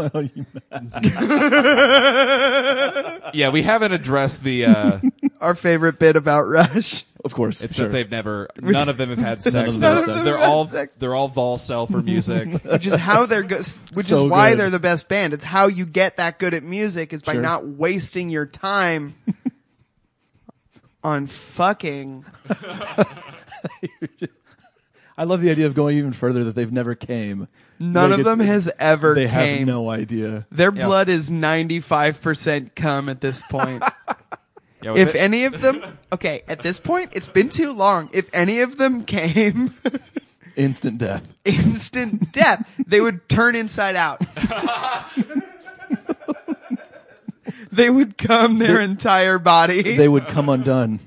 [SPEAKER 2] Yeah, we haven't addressed the
[SPEAKER 3] *laughs*
[SPEAKER 2] uh,
[SPEAKER 4] Our favorite bit about Rush.
[SPEAKER 3] Of course.
[SPEAKER 2] it's
[SPEAKER 3] sure.
[SPEAKER 2] that they've never none of them have
[SPEAKER 3] *laughs*
[SPEAKER 2] had sex.
[SPEAKER 3] them
[SPEAKER 2] They're,
[SPEAKER 3] have
[SPEAKER 2] they're
[SPEAKER 3] sex.
[SPEAKER 2] all
[SPEAKER 4] sex.
[SPEAKER 2] they're all Vol Selfer
[SPEAKER 3] *laughs*
[SPEAKER 2] music.
[SPEAKER 4] which is how they're good, which
[SPEAKER 3] So
[SPEAKER 4] is why
[SPEAKER 3] good.
[SPEAKER 4] they're the best band. It's how you get that good at music is by
[SPEAKER 3] Sure.
[SPEAKER 4] not wasting your
[SPEAKER 3] *laughs*
[SPEAKER 4] time on fucking.
[SPEAKER 3] I love the idea of going even further that they've never came.
[SPEAKER 4] None
[SPEAKER 3] Like,
[SPEAKER 4] of
[SPEAKER 3] it's-
[SPEAKER 4] them has ever
[SPEAKER 3] They
[SPEAKER 4] came.
[SPEAKER 3] have no idea.
[SPEAKER 4] Their blood is 95% cum at this
[SPEAKER 3] *laughs*
[SPEAKER 4] point.
[SPEAKER 2] Yeah, with
[SPEAKER 4] if
[SPEAKER 2] it-
[SPEAKER 4] any of them, okay, at this point, it's been too long. If any of them came, *laughs*
[SPEAKER 3] Instant death.
[SPEAKER 4] instant death. They would turn inside
[SPEAKER 3] *laughs*
[SPEAKER 4] out. they would come their entire body.
[SPEAKER 3] They would come undone.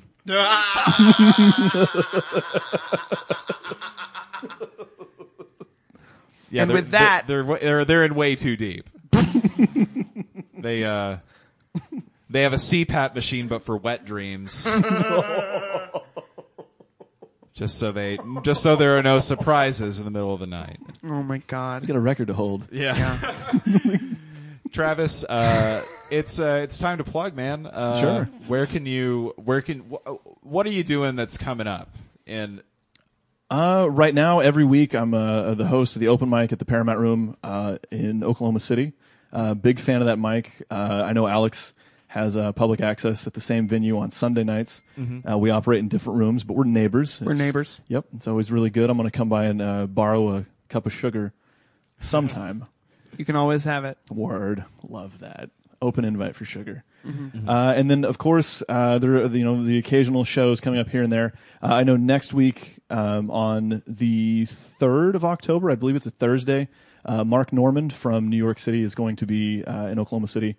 [SPEAKER 2] Yeah,
[SPEAKER 4] And
[SPEAKER 2] they're-
[SPEAKER 4] with that-
[SPEAKER 2] they're they're they're, they're in way too deep. they uh, they have a CPAP machine, but for wet dreams. just so they, just so there are no surprises in the middle of the night.
[SPEAKER 4] oh my god.
[SPEAKER 3] Got a record to hold.
[SPEAKER 2] Yeah. *laughs* Travis, uh, it's uh, it's time to plug, man. Uh,
[SPEAKER 3] Sure.
[SPEAKER 2] Where can you? Where can? Wh- what are you doing that's coming up? And
[SPEAKER 3] Uh, right now, every week, I'm uh, the host of the open mic at the Paramount Room uh, in Oklahoma City. Uh, big fan of that mic. Uh, I know Alex has uh, public access at the same venue on Sunday nights. Uh, we operate in different rooms, but we're neighbors. We're
[SPEAKER 4] neighbors.
[SPEAKER 3] Yep, it's always really good. I'm going to come by and uh, borrow a cup of sugar sometime.
[SPEAKER 4] You can always have it.
[SPEAKER 3] Word, love that. Open invite for sugar. Uh, and then, of course, uh, there are the, you know the occasional shows coming up here and there. Uh, I know next week um, on the third of October, I believe it's a Thursday. Uh, Mark Norman from New York City is going to be uh, in Oklahoma City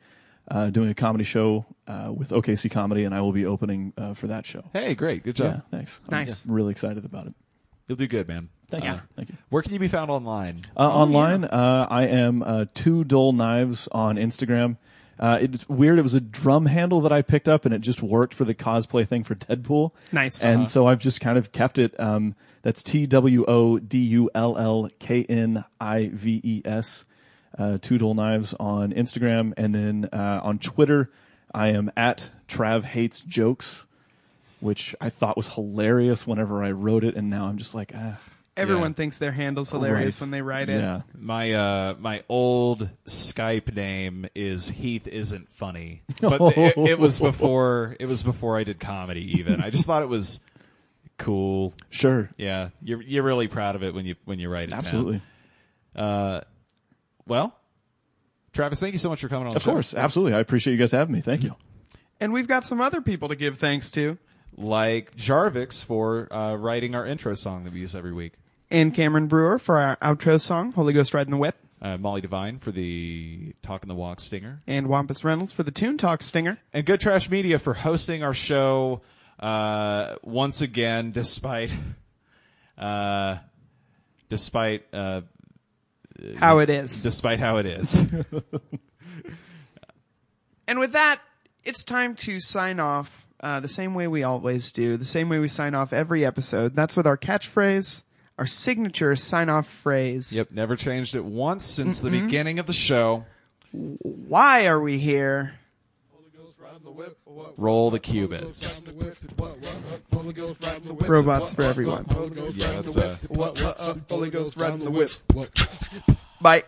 [SPEAKER 3] uh, doing a comedy show uh, with OKC Comedy, and I will be opening uh, for that show.
[SPEAKER 2] hey, great, good
[SPEAKER 3] Yeah,
[SPEAKER 2] job.
[SPEAKER 3] thanks.
[SPEAKER 4] Nice.
[SPEAKER 3] I'm really excited about it.
[SPEAKER 2] You'll do good, man.
[SPEAKER 3] Thank
[SPEAKER 2] Uh,
[SPEAKER 3] you. Thank you.
[SPEAKER 2] Where can you be found online?
[SPEAKER 3] Uh, online, uh, I am uh, two dull knives on Instagram. Uh, it's weird. It was a drum handle that I picked up, and it just worked for the cosplay thing for Deadpool.
[SPEAKER 4] Nice.
[SPEAKER 3] And so I've just kind of kept it. Um, that's T W O D U L L K N I V E S. Uh, two dull knives on Instagram, and then uh, on Twitter, I am at Trav hates jokes, which I thought was hilarious whenever I wrote it, and now I'm just like, ah,
[SPEAKER 4] Everyone
[SPEAKER 2] Yeah.
[SPEAKER 4] thinks their handle's hilarious
[SPEAKER 3] right.
[SPEAKER 4] when they write it.
[SPEAKER 3] Yeah.
[SPEAKER 2] My uh, my old Skype name is Heath isn't
[SPEAKER 3] *laughs*
[SPEAKER 2] funny, but it, it was before it was before I did comedy. Even I just thought it was cool.
[SPEAKER 3] Sure.
[SPEAKER 2] Yeah, you're you're really proud of it when you when you write it. down.
[SPEAKER 3] Absolutely.
[SPEAKER 2] Well, Travis, thank you so much for coming on.
[SPEAKER 3] Of
[SPEAKER 2] the show.
[SPEAKER 3] course, absolutely. I appreciate you guys having me. Thank you.
[SPEAKER 4] And we've got some other people to give thanks to.
[SPEAKER 2] Like Jarvix for uh, writing our intro song that we use every week.
[SPEAKER 4] And Cameron Brewer for our outro song, Holy Ghost Riding the Whip.
[SPEAKER 2] Uh, Molly Divine for the Talk in the Walk stinger.
[SPEAKER 4] And Wampus Reynolds for the Toon Talk Stinger.
[SPEAKER 2] and Good Trash Media for hosting our show uh, once again, despite uh, despite uh,
[SPEAKER 4] How it is.
[SPEAKER 2] despite how it is.
[SPEAKER 4] And with that, it's time to sign off uh, the same way we always do, the same way we sign off every episode. That's with our catchphrase, our signature sign off phrase.
[SPEAKER 2] yep, *laughs* never changed it once since the beginning of the show.
[SPEAKER 4] Why are we here?
[SPEAKER 9] Holy Ghost riding the
[SPEAKER 2] Roll the cubits.
[SPEAKER 4] Robots for everyone.
[SPEAKER 2] Yeah, that's uh,
[SPEAKER 4] Bye.